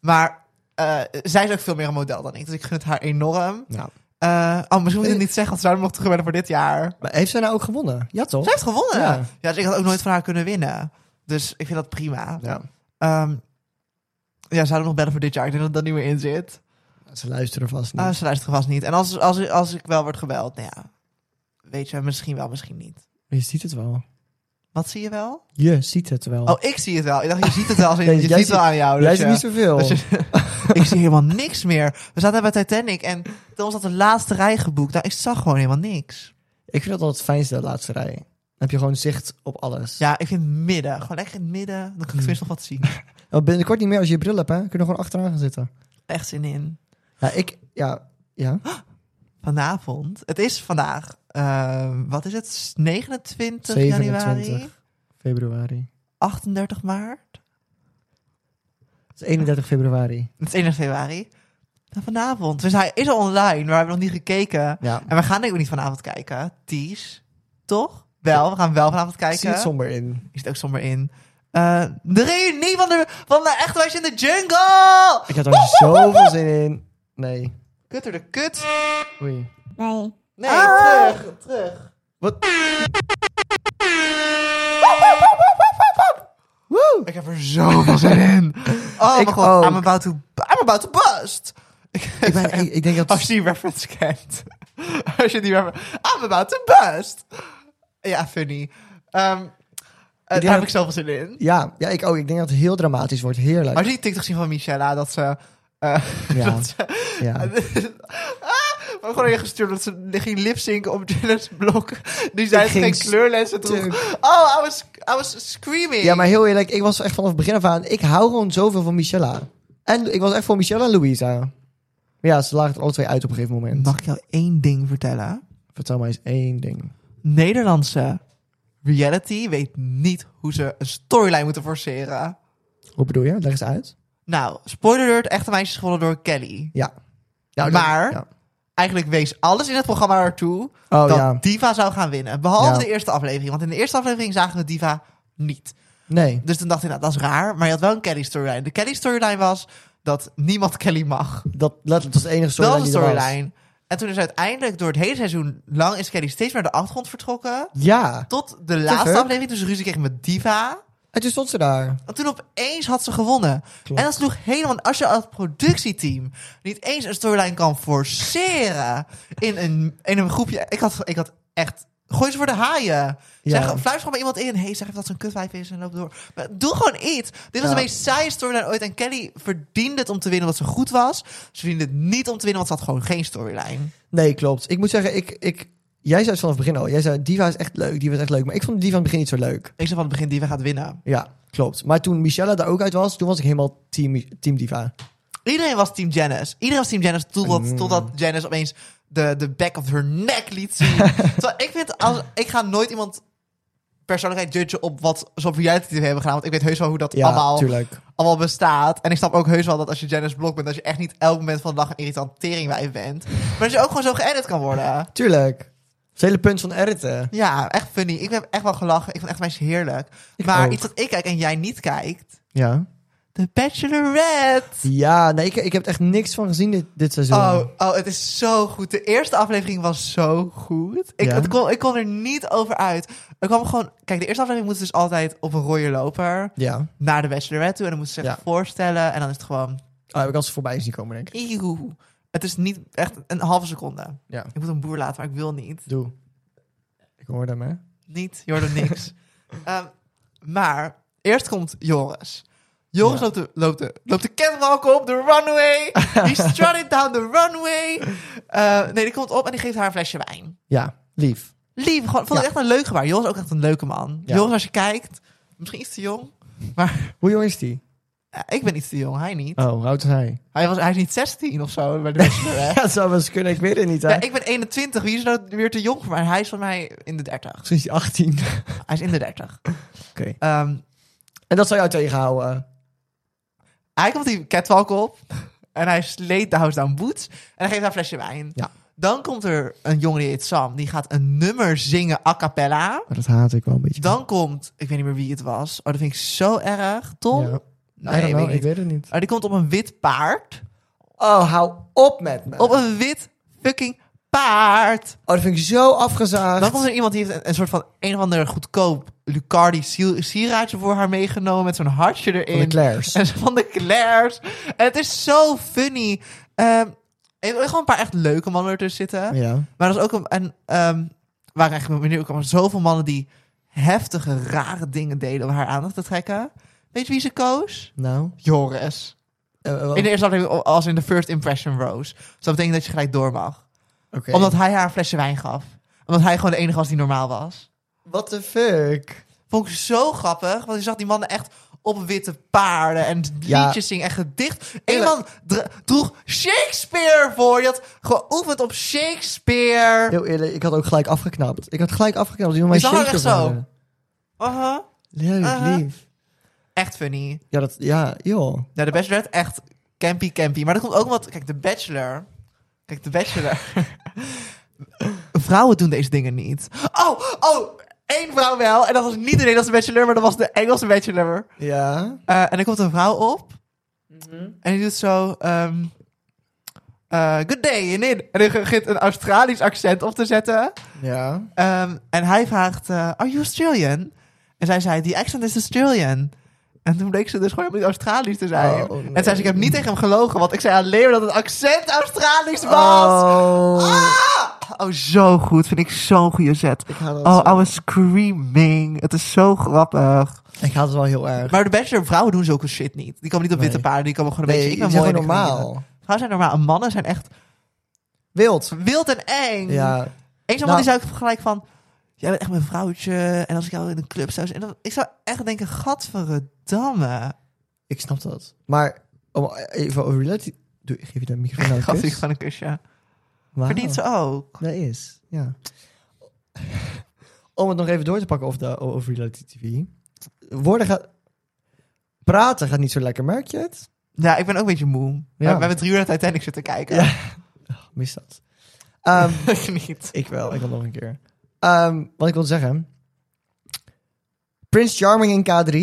Speaker 1: Maar eh, zij is ook veel meer een model dan ik, dus ik gun het haar enorm.
Speaker 2: Nou.
Speaker 1: Eh, oh, misschien moet ik het niet zeggen, want ze zouden mochten gewinnen voor dit jaar.
Speaker 2: Maar heeft zij nou ook gewonnen? Ja, toch?
Speaker 1: Zij heeft gewonnen. Ja.
Speaker 2: Ja.
Speaker 1: dus ik had ook nooit van haar kunnen winnen. Dus ik vind dat prima.
Speaker 2: Ja.
Speaker 1: Ehm, ja, zouden we nog bellen voor dit jaar? Ik denk dat dat niet meer in zit.
Speaker 2: Ze luisteren vast niet.
Speaker 1: Ah, ze luistert vast niet. En als, als, als ik wel word gebeld, nou ja, weet je, misschien wel, misschien niet.
Speaker 2: je ziet het wel.
Speaker 1: Wat zie je wel?
Speaker 2: Je ziet het wel.
Speaker 1: Oh, ik zie het wel. Ik dacht, je ziet het wel. Als in,
Speaker 2: Nee,
Speaker 1: je
Speaker 2: jij
Speaker 1: ziet het
Speaker 2: ziet-
Speaker 1: wel aan jou.
Speaker 2: Jij
Speaker 1: dus
Speaker 2: ziet
Speaker 1: ja.
Speaker 2: niet zoveel.
Speaker 1: Dus ik zie helemaal niks meer. We zaten bij Titanic en toen was dat de laatste rij geboekt. Nou, ik zag gewoon helemaal niks.
Speaker 2: Ik vind dat altijd het fijnste, de laatste rij. Dan heb je gewoon zicht op alles.
Speaker 1: Ja, ik vind het midden. Gewoon lekker in het midden. Dan
Speaker 2: Mm.
Speaker 1: kan ik tenminste nog wat zien.
Speaker 2: Maar Oh, Binnenkort niet meer als je je bril hebt, hè? Kun je er gewoon achteraan gaan zitten.
Speaker 1: Echt zin in.
Speaker 2: Ja, ik... Ja, ja.
Speaker 1: Vanavond. Het is vandaag. eh, wat is het? 29 januari?
Speaker 2: 27. Februari.
Speaker 1: 38 maart?
Speaker 2: Het is 31 februari.
Speaker 1: Het is 31 februari. Nou, vanavond. Dus hij is al online, maar we hebben nog niet gekeken.
Speaker 2: Ja.
Speaker 1: En we gaan denk ik ook niet vanavond kijken. Ties. Toch? Wel, we gaan wel vanavond kijken.
Speaker 2: Ik zie het somber in.
Speaker 1: Is het ook somber in. Eh, de reunie van de, van de Echt Wijs in de Jungle!
Speaker 2: Ik had er zoveel zin in. Nee.
Speaker 1: Kutter de kut.
Speaker 2: Oei.
Speaker 3: Nee.
Speaker 1: Nee, terug, terug.
Speaker 2: Ah! Wat?
Speaker 1: Woe! Ik heb er zoveel zin in. Oh
Speaker 2: Ik
Speaker 1: mijn god, I'm
Speaker 2: ook.
Speaker 1: about to, I'm about to bust.
Speaker 2: Ik, ben, ik, ik denk dat...
Speaker 1: Als je die reference kent. Als je die reference... I'm about to bust. Ja, funny. Ehm eh, daar
Speaker 2: denk
Speaker 1: heb
Speaker 2: dat-
Speaker 1: ik zoveel zin in.
Speaker 2: Ja, ja, ik ook. Ik denk dat het heel dramatisch wordt. Heerlijk.
Speaker 1: Maar zie je die TikTok zien van Michella dat ze... eh,
Speaker 2: Ja.
Speaker 1: dat ze
Speaker 2: Ja.
Speaker 1: ah, maar gewoon ingestuurd dat ze ging lipzinken op Janis Blok. Die zei
Speaker 2: Ik
Speaker 1: dat ze geen
Speaker 2: ging
Speaker 1: kleurlessen droeg.
Speaker 2: stuk.
Speaker 1: Oh, I was, I was screaming.
Speaker 2: Ja, maar heel eerlijk, ik was echt vanaf het begin af aan. Ik hou gewoon zoveel van Michella. En ik was echt voor Michella en Louisa. Ja, ze lagen er alle twee uit op een gegeven moment.
Speaker 1: Mag ik jou één ding vertellen?
Speaker 2: Vertel mij eens één ding.
Speaker 1: Nederlandse reality weet niet hoe ze een storyline moeten forceren.
Speaker 2: Hoe bedoel je? Leg eens uit.
Speaker 1: Nou, spoiler alert, echte meisjes gewonnen door Kelly.
Speaker 2: Ja. ja dat-
Speaker 1: Maar-
Speaker 2: ja.
Speaker 1: Eigenlijk wees alles in het programma ertoe
Speaker 2: Oh
Speaker 1: dat
Speaker 2: ja.
Speaker 1: Diva zou gaan winnen. Behalve
Speaker 2: Ja.
Speaker 1: de eerste aflevering. Want in de eerste aflevering zagen we Diva niet.
Speaker 2: Nee.
Speaker 1: Dus toen dacht ik, nou, dat is raar. Maar je had wel een Kelly-storyline. De Kelly-storyline was dat niemand Kelly mag.
Speaker 2: Dat, letterlijk, dat was de enige
Speaker 1: Dat
Speaker 2: storyline.
Speaker 1: was de
Speaker 2: die er was.
Speaker 1: storyline. En toen is uiteindelijk door het hele seizoen lang... is Kelly steeds meer naar de achtergrond vertrokken.
Speaker 2: Ja.
Speaker 1: Tot de laatste
Speaker 2: hè?
Speaker 1: aflevering, toen ze ruzie kreeg met Diva.
Speaker 2: En toen stond ze daar.
Speaker 1: En toen opeens had ze gewonnen.
Speaker 2: Klopt.
Speaker 1: En dat sloeg helemaal... Als je als productieteam niet eens een storyline kan forceren... in een, in een groepje... Ik had, ik had echt... Gooi ze voor de haaien.
Speaker 2: Ja.
Speaker 1: Zeg, fluit gewoon bij iemand in. hey, zeg even dat ze een kutwijf is en loop door. Maar doe gewoon iets. Dit was
Speaker 2: Ja.
Speaker 1: de meest saaie storyline ooit. En Kelly verdiende het om te winnen omdat ze goed was. Ze verdiende het niet om te winnen, want ze had gewoon geen storyline.
Speaker 2: Nee, klopt. Ik moet zeggen, ik, ik, jij zei het vanaf het begin al. Jij zei, Diva is echt leuk. Diva is echt leuk. Maar ik vond Diva aan het begin niet zo leuk.
Speaker 1: Ik zei van het begin, die we gaat winnen.
Speaker 2: Ja, klopt. Maar toen Michelle daar ook uit was, toen was ik helemaal team, team Diva.
Speaker 1: Iedereen was team Janice. Iedereen was team Janice totdat,
Speaker 2: Mm.
Speaker 1: totdat Janice opeens de, de back of her neck liet zien. Terwijl ik vind, als, ik ga nooit iemand persoonlijkheid judgen op wat ze op reality TV hebben gedaan. Want ik weet heus wel hoe dat
Speaker 2: Ja,
Speaker 1: allemaal,
Speaker 2: tuurlijk.
Speaker 1: allemaal bestaat. En ik snap ook heus wel dat als je Janice Blok bent, dat je echt niet elk moment van de dag een irritantering bent. Maar dat je ook gewoon zo geëdit kan worden.
Speaker 2: Tuurlijk. Dat is het hele punt van editen.
Speaker 1: Ja, echt funny. Ik heb echt wel gelachen. Ik vond echt meisje heerlijk.
Speaker 2: Ik
Speaker 1: maar
Speaker 2: ook.
Speaker 1: iets dat ik kijk en jij niet kijkt,
Speaker 2: Ja.
Speaker 1: The Bachelorette.
Speaker 2: Ja, nee, ik, ik heb er echt niks van gezien dit, dit seizoen.
Speaker 1: Oh, oh, het is zo goed. De eerste aflevering was zo goed. Ik,
Speaker 2: Ja?
Speaker 1: het kon, ik kon er niet over uit. Ik kwam gewoon... Kijk, de eerste aflevering moet dus altijd op een rode loper
Speaker 2: Ja, Oh,
Speaker 1: naar de Bachelorette toe. En dan moeten ze zich
Speaker 2: Ja.
Speaker 1: voorstellen. En dan is het gewoon...
Speaker 2: oh, heb ik als voorbij zien komen, denk ik.
Speaker 1: Eeuw. Het is niet echt een halve seconde.
Speaker 2: Ja.
Speaker 1: Ik moet een boer laten, maar ik wil niet.
Speaker 2: Doe. Ik hoor hem, hè?
Speaker 1: Niet, je hoorde niks. Ehm, maar eerst komt Joris. Joris
Speaker 2: Ja.
Speaker 1: loopt, de, loopt, de, loopt de catwalk op, de runway. Die strutted down the runway. Eh, nee, die komt op en die geeft haar een flesje wijn.
Speaker 2: Ja, lief.
Speaker 1: Lief, gewoon, vond het
Speaker 2: Ja.
Speaker 1: echt een leuk gebaar. Joris is ook echt een leuke man.
Speaker 2: Ja.
Speaker 1: Joris, als je kijkt, misschien iets te jong. Maar
Speaker 2: Hoe jong is die?
Speaker 1: eh, ik ben iets te jong, hij niet.
Speaker 2: Oh, hoe oud is hij?
Speaker 1: Hij, was, hij is niet 16 of zo bij de Bachelor, hè?
Speaker 2: Ja, dat zou wel eens kunnen, ik weet het niet. Hè?
Speaker 1: Ja, ik ben 21, wie is nou weer te jong voor mij? Hij is van mij in de 30.
Speaker 2: Misschien is hij 18. Oké.
Speaker 1: Hij is in de 30. Ehm,
Speaker 2: En dat zou jou tegenhouden.
Speaker 1: Hij komt die catwalk op. En hij sleet de house down boots. En hij geeft haar een flesje wijn.
Speaker 2: Ja.
Speaker 1: Dan komt er een jongen die heet Sam. Die gaat een nummer zingen a cappella.
Speaker 2: Maar dat haat ik wel een beetje.
Speaker 1: Dan komt, ik weet niet meer wie het was. Oh, dat vind ik zo erg. Tom?
Speaker 2: Ja.
Speaker 1: Nee, weet ik
Speaker 2: ik
Speaker 1: niet.
Speaker 2: weet het niet.
Speaker 1: Maar die komt op een wit paard.
Speaker 2: Oh, hou op met me.
Speaker 1: Op een wit fucking paard.
Speaker 2: Oh, dat vind ik zo afgezaagd.
Speaker 1: Dan komt er iemand die heeft een, een soort van een of ander goedkoop Lucardi sier- sieraadje voor haar meegenomen. Met zo'n hartje
Speaker 2: Van de
Speaker 1: erin.
Speaker 2: Claire's.
Speaker 1: En van de Claire's. En het is zo funny. Ehm er zijn gewoon een paar echt leuke mannen ertussen zitten.
Speaker 2: Ja.
Speaker 1: Maar dat is ook een... En, ehm waar ik eigenlijk benieuwd kwam, zoveel mannen die heftige, rare dingen deden om haar aandacht te trekken. Weet je wie ze koos?
Speaker 2: Nou.
Speaker 1: Joris.
Speaker 2: eh, eh, wat-
Speaker 1: In de eerste aflevering als in de first impression rose. Dus dat betekent dat je gelijk door mag.
Speaker 2: oh, Oké.
Speaker 1: Omdat hij haar een flesje wijn gaf. Omdat hij gewoon de enige was die normaal was.
Speaker 2: What the fuck?
Speaker 1: Vond ik zo grappig, want je zag die mannen echt op witte paarden en liedjes
Speaker 2: Ja.
Speaker 1: zingen en gedicht. Eén man dra- droeg Shakespeare voor. Die had geoefend op Shakespeare.
Speaker 2: Heel eerlijk, ik had ook gelijk afgeknapt. Ik had gelijk afgeknapt. Die wil mij
Speaker 1: Is dat ook
Speaker 2: Shakespeare
Speaker 1: echt zo?
Speaker 2: worden.
Speaker 1: Aha.
Speaker 2: Leuk,
Speaker 1: Aha.
Speaker 2: lief.
Speaker 1: Echt funny.
Speaker 2: Ja, dat, ja, joh.
Speaker 1: Ja, de Bachelorette echt campy campy. Maar dat komt ook omdat, kijk, de Bachelor... Kijk, de Bachelor... Vrouwen doen deze dingen niet. Oh, oh, één vrouw wel. En dat was niet de Nederlandse Bachelor, maar dat was de Engelse Bachelor.
Speaker 2: Ja.
Speaker 1: Eh, en er komt een vrouw op. En die doet zo... ehm, eh, good day, in in. En die begint een Australisch accent op te zetten.
Speaker 2: Ja.
Speaker 1: Ehm, en hij vraagt, eh, are you Australian? En zij zei, the accent is Australian. En toen bleek ze dus gewoon helemaal niet Australisch te zijn.
Speaker 2: Oh, nee.
Speaker 1: En zei ze, ik heb niet tegen hem gelogen, want ik zei alleen maar dat het accent Australisch was.
Speaker 2: Oh.
Speaker 1: Oh, zo goed. Vind ik zo'n goede set.
Speaker 2: Ik haat dat
Speaker 1: Oh,
Speaker 2: zo.
Speaker 1: I was screaming. Het is zo grappig.
Speaker 2: Ik haat het wel heel erg.
Speaker 1: Maar de bachelor vrouwen doen zulke shit niet. Die komen niet op
Speaker 2: Nee.
Speaker 1: witte paarden, die komen gewoon een
Speaker 2: Nee,
Speaker 1: beetje... Ik
Speaker 2: die
Speaker 1: ben
Speaker 2: zijn
Speaker 1: mooi.
Speaker 2: gewoon
Speaker 1: en ik ben
Speaker 2: normaal.
Speaker 1: niet. Vrouwen zijn normaal. En mannen zijn echt
Speaker 2: Wild.
Speaker 1: wild en eng.
Speaker 2: Ja.
Speaker 1: Eén zo'n man
Speaker 2: Nou.
Speaker 1: die zou ik gelijk van... Jij bent echt mijn vrouwtje. En als ik jou in een club zou zijn... en dan- Ik zou echt denken, gadverdamme.
Speaker 2: Ik snap dat. Maar om even over relatie... Doe, geef je de microfoon nou
Speaker 1: Gaf
Speaker 2: een
Speaker 1: ik
Speaker 2: kus?
Speaker 1: van een kusje.
Speaker 2: Wauw.
Speaker 1: Verdient ze ook.
Speaker 2: Dat is, ja. Om het nog even door te pakken over, de, over reality TV. Woorden gaat... Praten gaat niet zo lekker, merk je het?
Speaker 1: Ja, ik ben ook een beetje moe. We, we hebben drie uur naar Titanic zitten kijken.
Speaker 2: Ja. Oh, mis dat. Ehm,
Speaker 1: Niet.
Speaker 2: ik wel, ik wil nog een keer. Ehm, wat ik wil zeggen... Prince Charming in K3.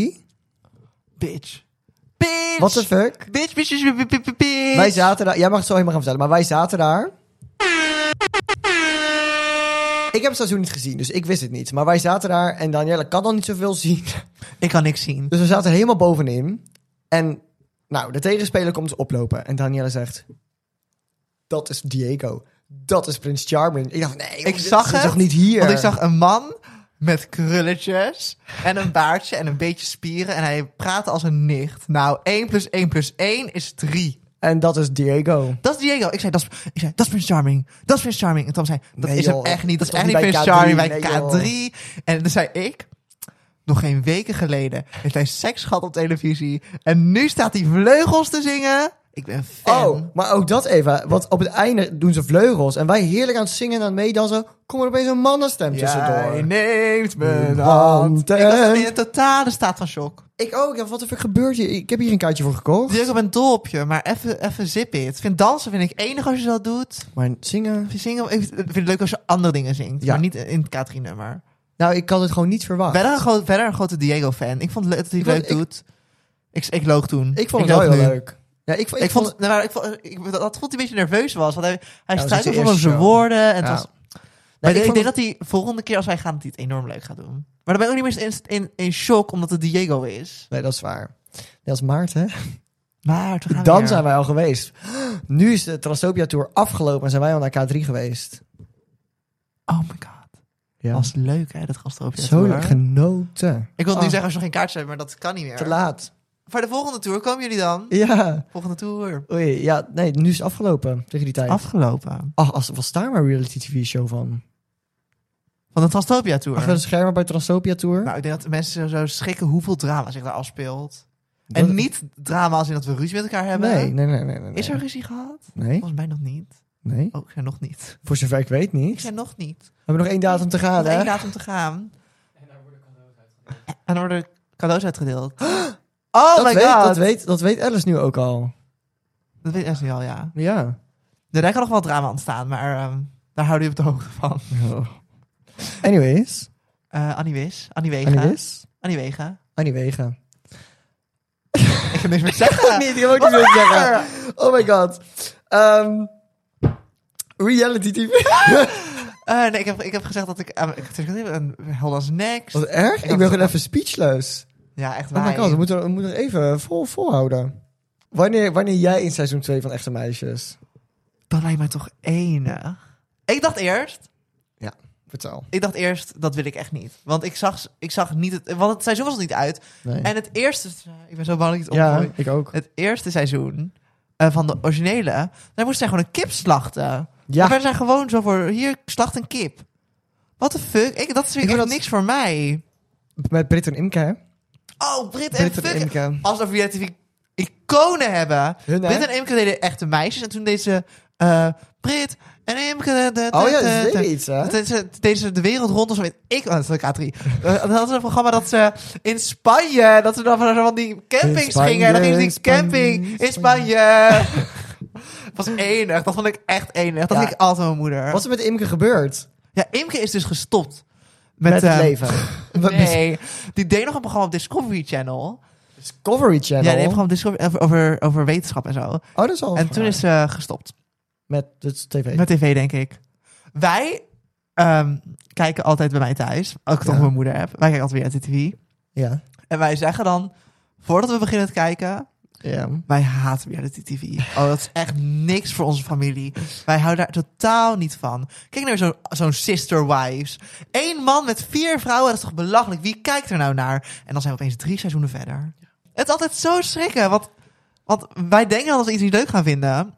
Speaker 1: Bitch. Bitch.
Speaker 2: What the fuck?
Speaker 1: Bitch, bitch, bitch, bitch, bitch, bitch.
Speaker 2: Wij zaten daar... Jij mag het zo helemaal gaan vertellen, maar wij zaten daar... Ik heb het seizoen niet gezien, dus ik wist het niet. Maar wij zaten daar en Danielle kan al niet zoveel zien.
Speaker 1: Ik kan niks zien.
Speaker 2: Dus we zaten helemaal bovenin. En nou, de tegenspeler komt oplopen. En Danielle zegt... Dat is Diego. Dat is Prins Charming. Ik dacht, nee, joh,
Speaker 1: Ik
Speaker 2: dit
Speaker 1: zag
Speaker 2: is
Speaker 1: het,
Speaker 2: toch niet hier?
Speaker 1: Want ik zag een man met krulletjes en een baardje en een beetje spieren. En hij praatte als een nicht. Nou, 1 plus 1 plus 1 is 3.
Speaker 2: En dat is Diego.
Speaker 1: Dat is Diego. Ik zei, dat is, ik zei, dat is Prince Charming. Dat is Prince Charming. En Tom zei, dat
Speaker 2: Nee,
Speaker 1: is
Speaker 2: joh.
Speaker 1: hem echt niet. Dat is
Speaker 2: Dat
Speaker 1: echt
Speaker 2: is bij
Speaker 1: niet Prince
Speaker 2: K3.
Speaker 1: Charming bij
Speaker 2: Nee,
Speaker 1: K3. En dan zei ik, nog geen weken geleden heeft hij seks gehad op televisie. En nu staat hij vleugels te zingen. Ik ben fan.
Speaker 2: Oh, maar ook dat even. Want op het einde doen ze vleugels. En wij heerlijk aan het zingen en aan het meedansen. Kom er opeens een mannenstem tussendoor.
Speaker 1: Jij neemt mijn hand.
Speaker 2: hand
Speaker 1: Ik was
Speaker 2: en-
Speaker 1: in een totale staat van shock.
Speaker 2: Ik ook. Ja, wat de fuck gebeurt hier? Ik heb hier een kaartje voor gekocht.
Speaker 1: Druk op een dopje, maar even, even zip it. Vind dansen vind ik enig als je dat doet.
Speaker 2: Maar zingen...
Speaker 1: Vind Zingen, ik vind het leuk als je andere dingen zingt,
Speaker 2: Ja.
Speaker 1: maar niet in het K3-nummer.
Speaker 2: Nou, ik kan het gewoon niet verwachten.
Speaker 1: Verder, een groot- verder een grote Diego-fan. Ik vond het leuk dat hij het
Speaker 2: Ik
Speaker 1: leuk
Speaker 2: vond- ik-
Speaker 1: doet. Ik, ik loog toen.
Speaker 2: Ik vond het
Speaker 1: loog
Speaker 2: wel heel
Speaker 1: nu.
Speaker 2: leuk. Ja, ik, vond- Nou,
Speaker 1: Ik vond, nou, maar ik vond, ik, dat vond hij een beetje nerveus was. Want hij, hij
Speaker 2: was niet
Speaker 1: struikelde
Speaker 2: zijn
Speaker 1: over
Speaker 2: eerste
Speaker 1: zijn
Speaker 2: show.
Speaker 1: woorden. En het
Speaker 2: Ja.
Speaker 1: was,
Speaker 2: Nee,
Speaker 1: maar
Speaker 2: ik
Speaker 1: ik, ik
Speaker 2: vond
Speaker 1: denk dat hij volgende keer als wij gaan, dat hij het enorm leuk gaat doen. Maar dan ben ik ook niet meer in, in, in shock omdat het Diego is.
Speaker 2: Nee, dat is waar. Dat is maart, hè?
Speaker 1: Maar toen gaan we
Speaker 2: Dan
Speaker 1: weer.
Speaker 2: zijn wij al geweest. Nu is de Transopia Tour afgelopen en zijn wij al naar K3 geweest.
Speaker 1: Oh my god.
Speaker 2: Ja.
Speaker 1: Was leuk hè, dat gastropje.
Speaker 2: Zo leuk genoten.
Speaker 1: Ik wil nu
Speaker 2: Ah.
Speaker 1: zeggen als je nog geen kaartjes hebt, maar dat kan niet meer.
Speaker 2: Te laat.
Speaker 1: Voor de volgende tour komen jullie dan?
Speaker 2: Ja.
Speaker 1: Volgende tour.
Speaker 2: Oei, ja, nee, nu is het afgelopen tegen die tijd.
Speaker 1: Afgelopen.
Speaker 2: Ach, als, was daar maar een reality TV show van?
Speaker 1: Van de Trastopia Tour.
Speaker 2: Achter de schermen bij Transopia Tour?
Speaker 1: Nou, ik denk dat mensen zo schrikken hoeveel drama zich daar afspeelt.
Speaker 2: Dat-
Speaker 1: En niet drama als in dat we ruzie met elkaar hebben.
Speaker 2: Nee, nee, nee, nee. nee,
Speaker 1: Is er ruzie gehad?
Speaker 2: Nee,
Speaker 1: Volgens mij nog niet.
Speaker 2: nee.
Speaker 1: Oh, ik zei nog niet.
Speaker 2: Voor zover ik weet
Speaker 1: Ik
Speaker 2: niet.
Speaker 1: zei nog niet.
Speaker 2: We hebben nog één datum te gaan,
Speaker 1: Nog één
Speaker 2: hè?
Speaker 1: datum te gaan. En dan worden cadeaus uitgedeeld. Oh
Speaker 2: Dat
Speaker 1: my
Speaker 2: weet,
Speaker 1: god.
Speaker 2: dat, weet, dat weet Alice nu ook al.
Speaker 1: Dat weet echt niet al, ja.
Speaker 2: Ja.
Speaker 1: Er daar kan nog wel drama ontstaan, maar ehm, daar houden we op de hoogte van.
Speaker 2: Anyways.
Speaker 1: Eh Annie Wis. Annie Wega.
Speaker 2: Annie Wis?
Speaker 1: Annie Wega.
Speaker 2: Annie Wegen.
Speaker 1: Ik heb niks meer te zeggen.
Speaker 2: niet, die heb ik niet meer te zeggen. Oh my god. Ehm, reality TV.
Speaker 1: Eh, nee, ik heb, ik heb gezegd dat ik... ehm, ik zeg het even, een Hell Does Next.
Speaker 2: Wat erg. Ik ben gewoon even speechless.
Speaker 1: Ja, echt
Speaker 2: Oh
Speaker 1: waar.
Speaker 2: my god, we moeten, we moeten even vol, volhouden. Wanneer, wanneer jij in seizoen 2 van Echte Meisjes?
Speaker 1: Dat lijkt mij toch enig. Ik dacht eerst...
Speaker 2: Vertel.
Speaker 1: Ik dacht eerst, dat wil ik echt niet. Want ik zag, ik zag niet het... Want het seizoen was nog niet uit.
Speaker 2: Nee.
Speaker 1: En het eerste... eh, Ik ben zo bang dat ik het
Speaker 2: ja,
Speaker 1: opgooi.
Speaker 2: ik ook.
Speaker 1: Het eerste seizoen eh, van de originele... Daar moesten zij gewoon een kip slachten.
Speaker 2: Ja,
Speaker 1: Maar wij zijn gewoon zo voor, hier, slacht een kip. What the fuck? Ik, dat is weer
Speaker 2: Ik
Speaker 1: echt
Speaker 2: vind dat-
Speaker 1: niks voor mij.
Speaker 2: met Brit en Imke, hè?
Speaker 1: Oh, Brit en
Speaker 2: Brit en
Speaker 1: fuck.
Speaker 2: Imke.
Speaker 1: Alsof we reality iconen hebben.
Speaker 2: Hun, hè?
Speaker 1: Brit en Imke deden echte meisjes. En toen deden ze... eh, Brit en Imke... de- de- de-
Speaker 2: Oh ja,
Speaker 1: de-
Speaker 2: dat is
Speaker 1: de-
Speaker 2: weer iets, hè?
Speaker 1: Toen deden ze- toen deden ze de wereld rond of zo. weet Ik, oh, dat is K3. Eh, dan hadden ze een programma dat ze in Spanje... Dat ze dan van, van die campings
Speaker 2: In Spanje,
Speaker 1: gingen. En dan gingen ze
Speaker 2: in
Speaker 1: die
Speaker 2: Spanje,
Speaker 1: camping
Speaker 2: in
Speaker 1: in Spanje. Dat was enig. Dat vond ik echt enig. Dat
Speaker 2: Ja.
Speaker 1: vind ik altijd mijn moeder.
Speaker 2: Wat is er met Imke gebeurd?
Speaker 1: Ja, Imke is dus gestopt.
Speaker 2: Met, het
Speaker 1: eh,
Speaker 2: leven.
Speaker 1: Nee, die deed nog een programma op Discovery Channel.
Speaker 2: Discovery Channel.
Speaker 1: Ja, die deed een programma op Discovery over, over, over wetenschap en zo.
Speaker 2: Oh, dat is al.
Speaker 1: En toen is ze eh, gestopt.
Speaker 2: Met het tv.
Speaker 1: Met tv, denk ik. Wij ehm, kijken altijd bij mij thuis. Ook toch
Speaker 2: Ja.
Speaker 1: mijn moeder heb. Wij kijken altijd weer uit de tv.
Speaker 2: Ja.
Speaker 1: En wij zeggen dan, voordat we beginnen te kijken...
Speaker 2: ja.
Speaker 1: Wij haten reality TV. Oh, dat is echt niks voor onze familie. Wij houden daar totaal niet van. Kijk nou zo'n zo'n sister wives. Eén man met vier vrouwen, dat is toch belachelijk? Wie kijkt er nou naar? En dan zijn we opeens drie seizoenen verder. Het is altijd zo schrikken, want, want wij denken dan dat we iets niet leuk gaan vinden.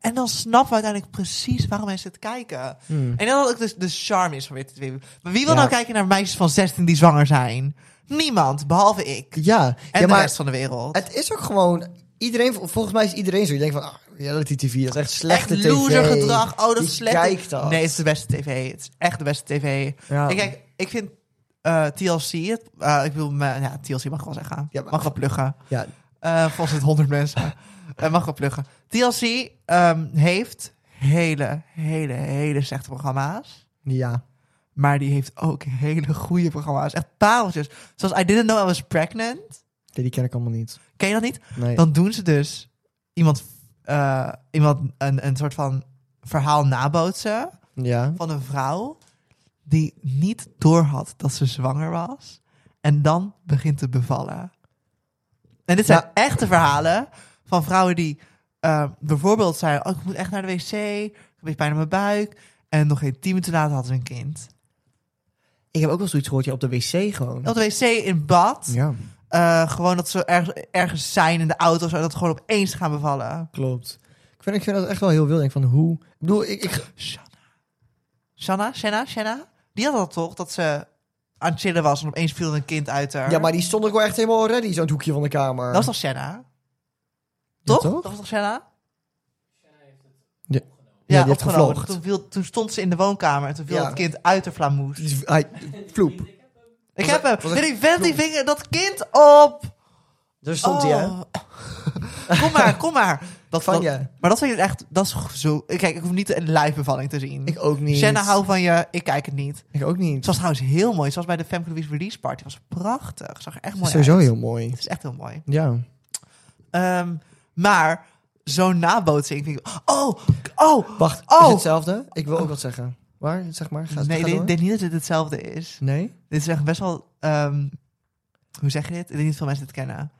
Speaker 1: En dan snappen we uiteindelijk precies waarom mensen het kijken.
Speaker 2: Hmm.
Speaker 1: En dat ook de, de charme is van reality TV. Maar wie wil
Speaker 2: Ja.
Speaker 1: nou kijken naar meisjes van 16 die zwanger zijn? Niemand, behalve ik.
Speaker 2: Ja,
Speaker 1: En
Speaker 2: ja,
Speaker 1: de
Speaker 2: maar
Speaker 1: rest van de wereld.
Speaker 2: het is ook gewoon... Iedereen, volgens mij is iedereen zo. Je denkt van, ah, reality tv, dat is echt slechte
Speaker 1: echt
Speaker 2: tv.
Speaker 1: loser gedrag. Oh, dat
Speaker 2: Wie
Speaker 1: is slecht.
Speaker 2: kijkt dat?
Speaker 1: Nee, het is de beste tv. Het is echt de beste tv.
Speaker 2: Ja.
Speaker 1: Ik, kijk, ik vind eh, TLC, het, eh, ik bedoel, me- ja, TLC mag wel zeggen.
Speaker 2: Ja, maar-
Speaker 1: Mag wel pluggen.
Speaker 2: Ja,
Speaker 1: Eh, volgens het 100 mensen. Eh, mag wel pluggen. TLC ehm, heeft hele, hele, hele slechte programma's.
Speaker 2: ja.
Speaker 1: Maar die heeft ook hele goede programma's. Echt pareltjes. Zoals I Didn't Know I Was Pregnant.
Speaker 2: Nee, die ken ik allemaal niet.
Speaker 1: Ken je dat niet?
Speaker 2: Nee.
Speaker 1: Dan doen ze dus iemand, eh, iemand een, een soort van verhaal nabootsen.
Speaker 2: ja.
Speaker 1: van een vrouw die niet doorhad dat ze zwanger was en dan begint te bevallen. En dit zijn
Speaker 2: Ja.
Speaker 1: echte verhalen van vrouwen die eh, bijvoorbeeld zeiden: oh, ik moet echt naar de wc, ik heb echt pijn aan mijn buik. En nog geen tien minuten later had ze een kind.
Speaker 2: Ik heb ook wel zoiets gehoord, ja, op de wc gewoon.
Speaker 1: Op de wc in bad.
Speaker 2: Ja,
Speaker 1: eh, gewoon dat ze ergens, ergens zijn in de auto of zo. Dat ze gewoon opeens gaan bevallen.
Speaker 2: klopt. Ik vind, ik vind dat echt wel heel wild. Ik denk van, hoe... Ik bedoel, ik... ik
Speaker 1: Shanna. Shanna? Shanna? Shanna? Die had dat toch? Dat ze aan het chillen was en opeens viel er een kind uit haar.
Speaker 2: ja, maar die stond ook wel echt helemaal ready, zo'n hoekje van de kamer.
Speaker 1: Dat was toch Senna?
Speaker 2: Ja,
Speaker 1: Toch?
Speaker 2: toch?
Speaker 1: Dat was toch Senna?
Speaker 2: Ja,
Speaker 1: Ja,
Speaker 2: die heeft
Speaker 1: opgenomen.
Speaker 2: gevlogd.
Speaker 1: Toen, viel, toen stond ze in de woonkamer en toen viel
Speaker 2: Ja.
Speaker 1: het kind uit de flamoes.
Speaker 2: Die- Hij, vloep.
Speaker 1: Ik
Speaker 2: was
Speaker 1: heb
Speaker 2: echt-
Speaker 1: hem!
Speaker 2: was
Speaker 1: Nee,
Speaker 2: echt
Speaker 1: die vent die vinger dat kind op!
Speaker 2: Daar stond hij, hè?
Speaker 1: Oh. kom maar, kom maar. Dat,
Speaker 2: Van
Speaker 1: dat-
Speaker 2: je.
Speaker 1: Maar dat vind ik echt, dat is g- zo... Kijk, ik hoef niet een live bevalling te zien.
Speaker 2: Ik ook niet.
Speaker 1: Shanna, hou van je, ik kijk het niet.
Speaker 2: Ik ook
Speaker 1: Het
Speaker 2: niet.
Speaker 1: was trouwens heel mooi. Zoals bij de Femke Louise Release Party. was prachtig. Zag er echt
Speaker 2: Het is
Speaker 1: mooi
Speaker 2: sowieso
Speaker 1: uit.
Speaker 2: heel mooi.
Speaker 1: Het is echt heel mooi.
Speaker 2: Ja.
Speaker 1: Ehm, maar zo'n nabootsing vind ik... Oh, oh!
Speaker 2: Wacht, is
Speaker 1: Oh!
Speaker 2: het hetzelfde? Ik wil ook wat zeggen. Waar, zeg maar. Ga,
Speaker 1: nee,
Speaker 2: ga
Speaker 1: ik denk-
Speaker 2: door.
Speaker 1: denk niet dat dit hetzelfde is.
Speaker 2: Nee?
Speaker 1: Dit is echt best wel... ehm, hoe zeg je dit? Ik denk niet veel mensen dit kennen.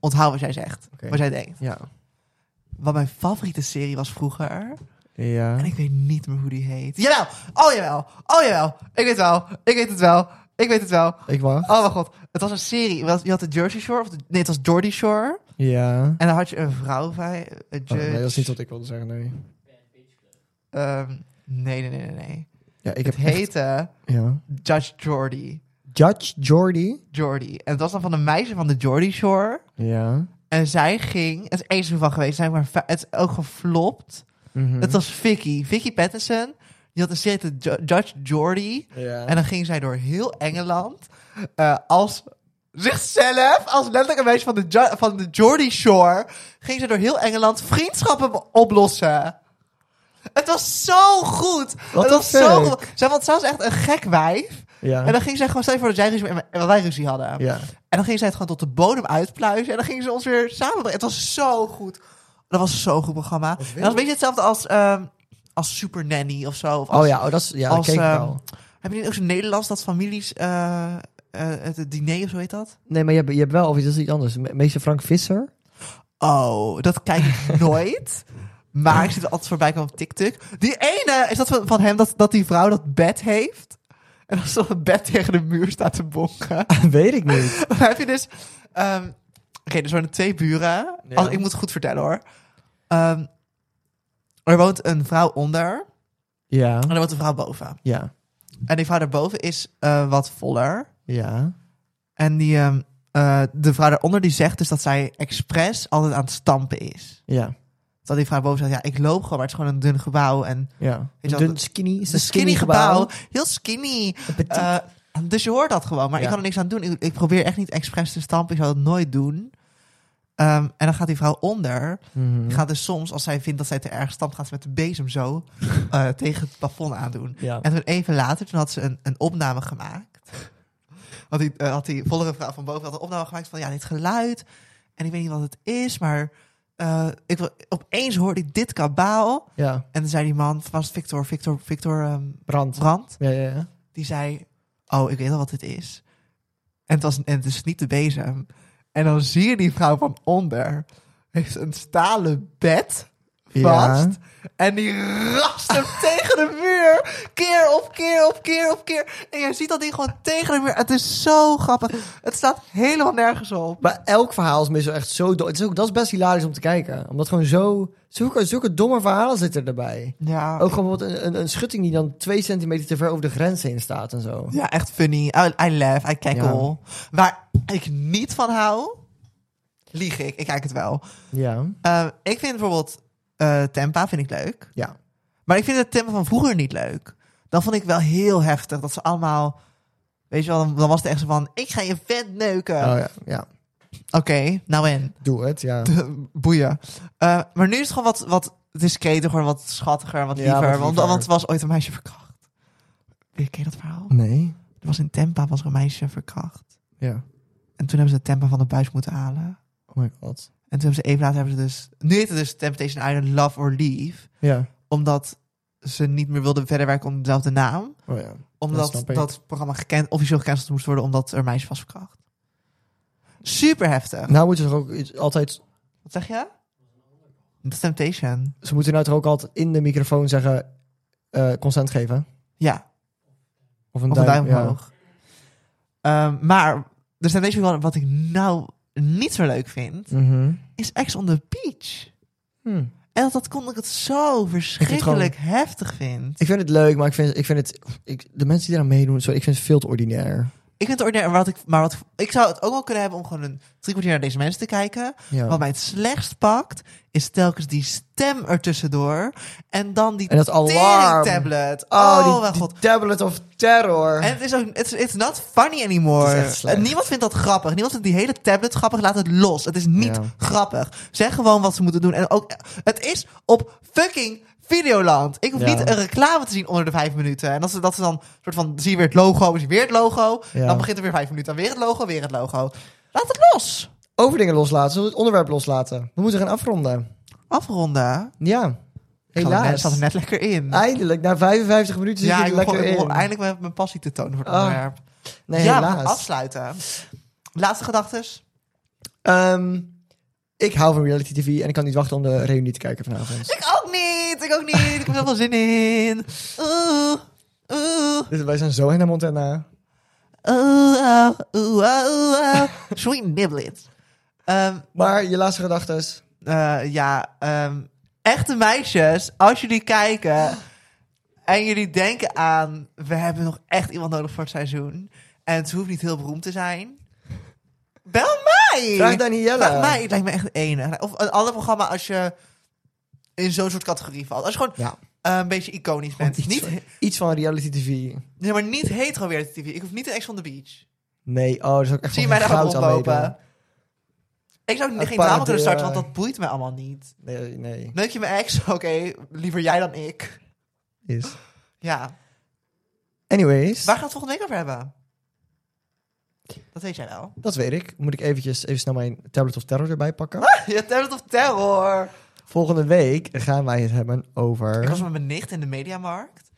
Speaker 1: Onthoud wat jij zegt.
Speaker 2: Oké.
Speaker 1: Wat jij denkt.
Speaker 2: Ja.
Speaker 1: Wat mijn favoriete serie was vroeger...
Speaker 2: Ja.
Speaker 1: En ik weet niet meer hoe die heet. Jawel! Oh, jawel! Oh, jawel! Ik weet wel. Ik weet het wel. Ik weet het wel.
Speaker 2: Ik wacht.
Speaker 1: Oh mijn god, het was een serie. Wel, Je had de Jersey Shore, of de- nee, het was Geordie Shore.
Speaker 2: Ja.
Speaker 1: En dan had je een vrouw bij. Een
Speaker 2: Oh, nee,
Speaker 1: judge.
Speaker 2: dat is niet wat ik wilde zeggen, nee.
Speaker 1: Ehm, nee, nee, nee, nee, nee.
Speaker 2: Ja, ik heb
Speaker 1: Het
Speaker 2: heet...
Speaker 1: heette
Speaker 2: Ja.
Speaker 1: Judge Geordie.
Speaker 2: Judge Jordy.
Speaker 1: Geordie. En het was dan van een meisje van de Geordie Shore.
Speaker 2: Ja.
Speaker 1: En zij ging, het is één seizoen van geweest, zijn maar va- het is ook geflopt.
Speaker 2: Mhm.
Speaker 1: Het was Vicky, Vicky Patterson. Die had een serie te Ju- Judge Geordie.
Speaker 2: Ja.
Speaker 1: En dan ging zij door heel Engeland eh, als zichzelf, als letterlijk een meisje van de, Ju- van de Geordie Shore, ging ze door heel Engeland vriendschappen be- oplossen. Het was zo goed.
Speaker 2: Wat
Speaker 1: het
Speaker 2: een
Speaker 1: was zo
Speaker 2: fuck.
Speaker 1: goed. Zij vond zelfs echt een gek wijf.
Speaker 2: Ja.
Speaker 1: En dan ging zij gewoon, stel je voor dat jij ruzie, en wij ruzie hadden.
Speaker 2: Ja.
Speaker 1: En dan ging zij het gewoon tot de bodem uitpluizen. En dan gingen ze ons weer samenbrengen. Het was zo goed. Dat was zo'n goed programma. En dat is een beetje hetzelfde als, ehm, als Super Nanny of zo. Of als,
Speaker 2: Oh ja, oh, dat is... Ja, dat
Speaker 1: als,
Speaker 2: keek ik
Speaker 1: ehm,
Speaker 2: wel.
Speaker 1: Heb je niet ook zo'n Nederlands dat families eh, eh, het het diner of zo heet dat?
Speaker 2: Nee, maar je hebt, je hebt wel... Of dat is iets anders. Me- Meester Frank Visser.
Speaker 1: Oh, dat kijk ik nooit. Maar ik zie het altijd voorbij komen op TikTok. Die ene, is dat van, van hem dat, dat die vrouw dat bed heeft? En als dat bed tegen de muur staat te bonken.
Speaker 2: Weet ik niet.
Speaker 1: Dan heb je dus... ehm, Oké, er zijn twee buren.
Speaker 2: Ja.
Speaker 1: Als, ik moet het goed vertellen hoor. Ehm, er woont een vrouw onder
Speaker 2: Ja.
Speaker 1: en er woont een vrouw boven.
Speaker 2: Ja.
Speaker 1: En die vrouw daarboven is eh, wat voller.
Speaker 2: Ja.
Speaker 1: En die, ehm, eh, de vrouw daaronder die zegt dus dat zij expres altijd aan het stampen is.
Speaker 2: Ja.
Speaker 1: Dat die vrouw boven zegt, ja, ik loop gewoon, maar het is gewoon een dun gebouw. En
Speaker 2: Ja.
Speaker 1: Weet je
Speaker 2: Een
Speaker 1: wat-
Speaker 2: dun skinny. Is
Speaker 1: het is een skinny gebouw, heel skinny.
Speaker 2: Een petit.
Speaker 1: Eh, dus je hoort dat gewoon, maar ik
Speaker 2: Ja.
Speaker 1: kan er niks aan doen. Ik, ik probeer echt niet expres te stampen, ik zou dat nooit doen. Ehm, en dan gaat die vrouw onder.
Speaker 2: Mhm.
Speaker 1: Die gaat dus soms, als zij vindt dat zij te erg stampt, gaat ze met de bezem zo eh, tegen het plafond aandoen.
Speaker 2: Ja.
Speaker 1: En toen even later, toen had ze een, een opname gemaakt. Had die, eh, had die vollere vrouw van boven had een opname gemaakt van ja, dit geluid. En ik weet niet wat het is, maar eh, ik, wil- opeens hoorde ik dit kabaal.
Speaker 2: Ja.
Speaker 1: En toen zei die man, was het Victor, Victor, Victor ehm,
Speaker 2: Brand.
Speaker 1: Brandt,
Speaker 2: Ja, ja, ja.
Speaker 1: die zei, oh, ik weet al wat dit is. En het, was, en het is niet de bezem. En dan zie je die vrouw van onder, heeft een stalen bed vast. En die rast hem tegen de muur. Keer op keer op keer op keer. En je ziet dat hij gewoon tegen de muur. Het is zo grappig. Het staat helemaal nergens op.
Speaker 2: Maar elk verhaal is meestal echt zo dom. Het is ook, dat is best hilarisch om te kijken. Omdat gewoon zo... Zulke, zulke domme verhalen zitten erbij.
Speaker 1: Ja,
Speaker 2: Ook gewoon bijvoorbeeld een, een, een schutting die dan twee centimeter te ver over de grens heen staat en zo.
Speaker 1: ja echt funny. I, I laugh, I cackle. Waar ik niet van hou, lieg ik. Ik kijk het wel.
Speaker 2: Ja.
Speaker 1: Eh, ik vind bijvoorbeeld eh Tempa vind ik leuk.
Speaker 2: Ja.
Speaker 1: Maar ik vind het tempo van vroeger niet leuk. Dan vond ik wel heel heftig dat ze allemaal... Weet je wel, dan, dan was het echt zo van... Ik ga je vet neuken.
Speaker 2: Oh ja. Ja.
Speaker 1: Oké, nou en?
Speaker 2: Doe het, ja.
Speaker 1: boeien. Eh, maar nu is het gewoon wat, wat discreter, gewoon wat schattiger, wat
Speaker 2: Ja,
Speaker 1: liever.
Speaker 2: wat liever.
Speaker 1: Want, want er was ooit een meisje verkracht. Weet je dat verhaal?
Speaker 2: Nee.
Speaker 1: Er was in Tempa was er een meisje verkracht.
Speaker 2: Ja.
Speaker 1: En toen hebben ze het Tempa van de buis moeten halen.
Speaker 2: Oh my god.
Speaker 1: En toen hebben ze even later hebben ze dus... Nu heet het dus Temptation Island Love or Leave.
Speaker 2: Ja.
Speaker 1: Omdat ze niet meer wilden verder werken onder dezelfde naam.
Speaker 2: Oh ja.
Speaker 1: Omdat dat,
Speaker 2: snap ik.
Speaker 1: programma gekend, officieel gecanceld moest worden omdat er een meisje was verkracht. Super heftig.
Speaker 2: Nou moeten ze toch ook iets- altijd...
Speaker 1: Wat zeg je? Dat is Temptation.
Speaker 2: Ze moeten nou toch ook altijd in de microfoon zeggen... eh, consent geven?
Speaker 1: Ja.
Speaker 2: Of een
Speaker 1: Of een duim
Speaker 2: ja.
Speaker 1: omhoog. Ehm, maar er zijn deze wel wat ik nou niet zo leuk vind,
Speaker 2: Mhm.
Speaker 1: is Ex on the Beach.
Speaker 2: Hm.
Speaker 1: En dat, dat kon ik het zo verschrikkelijk heftig vind.
Speaker 2: Ik vind het leuk, maar ik vind, ik vind het... Ik, de mensen die eraan meedoen, sorry, ik vind het veel te ordinair.
Speaker 1: Ik vind het ordinair, maar, wat ik, maar wat, ik zou het ook wel kunnen hebben om gewoon een drie kwartier naar deze mensen te kijken.
Speaker 2: Ja.
Speaker 1: Wat mij het slechtst pakt, is telkens die stem ertussendoor. En dan die
Speaker 2: En dat alarm.
Speaker 1: tablet. Oh,
Speaker 2: Oh, die,
Speaker 1: mijn
Speaker 2: die
Speaker 1: god.
Speaker 2: tablet of terror.
Speaker 1: En het is ook, it's, it's not funny anymore.
Speaker 2: Het is echt slecht.
Speaker 1: En niemand vindt dat grappig. Niemand vindt die hele tablet grappig. Laat het los. Het is niet
Speaker 2: Ja.
Speaker 1: grappig. Zeg gewoon wat ze moeten doen. En ook, het is op fucking Videoland. Ik hoef
Speaker 2: Ja.
Speaker 1: niet een reclame te zien onder de vijf minuten. En als ze, dat ze dan soort van, zie je weer het logo, is weer het logo.
Speaker 2: Ja.
Speaker 1: Dan begint er weer vijf minuten. Dan weer het logo, weer het logo. Laat het los.
Speaker 2: Over dingen loslaten. Zullen we het onderwerp loslaten? We moeten gaan afronden.
Speaker 1: Afronden.
Speaker 2: Ja.
Speaker 1: Ik zat er net-
Speaker 2: Helaas.
Speaker 1: zat er net lekker in.
Speaker 2: Eindelijk, na 55 minuten zit je
Speaker 1: ja, ik
Speaker 2: er
Speaker 1: begon,
Speaker 2: lekker
Speaker 1: ik begon
Speaker 2: in.
Speaker 1: eindelijk met mijn passie te tonen voor het
Speaker 2: Ah,
Speaker 1: onderwerp.
Speaker 2: Nee,
Speaker 1: ja, we gaan
Speaker 2: helaas.
Speaker 1: afsluiten. Laatste gedachtes.
Speaker 2: Ehm, ik hou van reality tv en ik kan niet wachten om de reunie te kijken vanavond.
Speaker 1: Ik ook niet, ik ook niet. Ik heb er wel zin in. Oeh, oeh,
Speaker 2: Dus wij zijn zo naar Montana.
Speaker 1: oeh, ah, oeh, ah, oeh, ah. Sweet niblets. Ehm,
Speaker 2: Maar je laatste gedachtes.
Speaker 1: eh, ja, ehm, echte meisjes, als jullie kijken en jullie denken aan... We hebben nog echt iemand nodig voor het seizoen. En het hoeft niet heel beroemd te zijn. Bel mij!
Speaker 2: Vraag Danielle.
Speaker 1: Vraag mij, het lijkt me echt enig. Of een ander programma als je in zo'n soort categorie valt. Als je gewoon
Speaker 2: Ja,
Speaker 1: eh, een beetje iconisch
Speaker 2: want
Speaker 1: bent.
Speaker 2: iets,
Speaker 1: Niet,
Speaker 2: van, iets van reality tv.
Speaker 1: Nee, maar niet hetero reality TV. Ik hoef niet een Ex on the Beach.
Speaker 2: Nee, oh, dat is ook echt
Speaker 1: Zie je
Speaker 2: wel
Speaker 1: mij daar
Speaker 2: goud
Speaker 1: gewoon
Speaker 2: aan
Speaker 1: oplopen?
Speaker 2: meedoen.
Speaker 1: Ik zou
Speaker 2: Een
Speaker 1: geen drama
Speaker 2: parodie,
Speaker 1: kunnen starten,
Speaker 2: eh.
Speaker 1: want dat boeit me allemaal niet.
Speaker 2: Nee, nee.
Speaker 1: Neuk je mijn ex? Oké, liever jij dan ik.
Speaker 2: Is.
Speaker 1: Ja.
Speaker 2: Anyways,
Speaker 1: Waar gaan we het volgende week over hebben? Dat weet jij wel.
Speaker 2: dat weet ik. Moet ik eventjes even snel mijn tablet of terror erbij pakken.
Speaker 1: Ja, Tablet of Terror.
Speaker 2: Volgende week gaan wij het hebben
Speaker 1: Ik was
Speaker 2: over...
Speaker 1: met mijn nicht in de mediamarkt.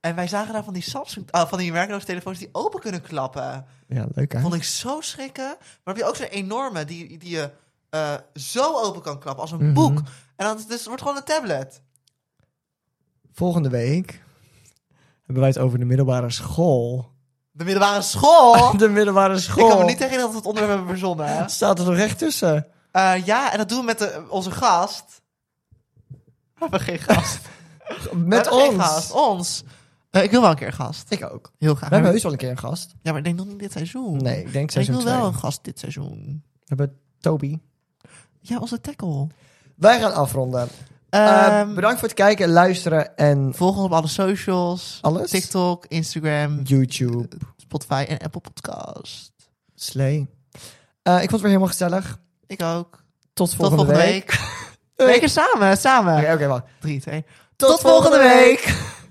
Speaker 1: En wij zagen daar van die Samsung, ah, van die merkeloze telefoons die open kunnen klappen.
Speaker 2: Ja, leuk hè?
Speaker 1: Vond ik zo schrikken. Maar heb je ook zo'n enorme die, die je eh, zo open kan klappen als een
Speaker 2: Mhm.
Speaker 1: boek. En dan dus het wordt gewoon een tablet.
Speaker 2: Volgende week hebben wij het over de middelbare school.
Speaker 1: De middelbare school.
Speaker 2: De middelbare school.
Speaker 1: Oh. Ik kan me niet tegen dat we het onderwerp hebben verzonnen. hè?
Speaker 2: Staat er nog recht tussen?
Speaker 1: Eh, ja, en dat doen we met de- onze gast. We hebben geen gast. We
Speaker 2: Met
Speaker 1: hebben geen
Speaker 2: ons.
Speaker 1: gast. Oh. Ons. Eh, ik wil wel een keer een gast.
Speaker 2: Ik ook.
Speaker 1: Heel graag.
Speaker 2: We hebben heus wel een keer een gast.
Speaker 1: Ja, maar ik denk nog niet dit seizoen.
Speaker 2: Nee, ik denk
Speaker 1: Maar ik
Speaker 2: seizoen
Speaker 1: wil
Speaker 2: 2.
Speaker 1: wel een
Speaker 2: We
Speaker 1: gast dit seizoen.
Speaker 2: hebben Toby.
Speaker 1: Ja, onze tackle.
Speaker 2: Wij gaan afronden. Eh,
Speaker 1: Ehm,
Speaker 2: bedankt voor het kijken, luisteren en
Speaker 1: Volg ons op alle socials.
Speaker 2: Alles?
Speaker 1: TikTok, Instagram,
Speaker 2: YouTube.
Speaker 1: Spotify en Apple Podcast.
Speaker 2: Slay. Eh, ik vond het weer helemaal gezellig.
Speaker 1: Ik ook.
Speaker 2: Tot
Speaker 1: Tot
Speaker 2: volgende,
Speaker 1: volgende week. Lekker samen, samen.
Speaker 2: Oké, oké, wacht.
Speaker 1: Drie, twee.
Speaker 2: Tot volgende week.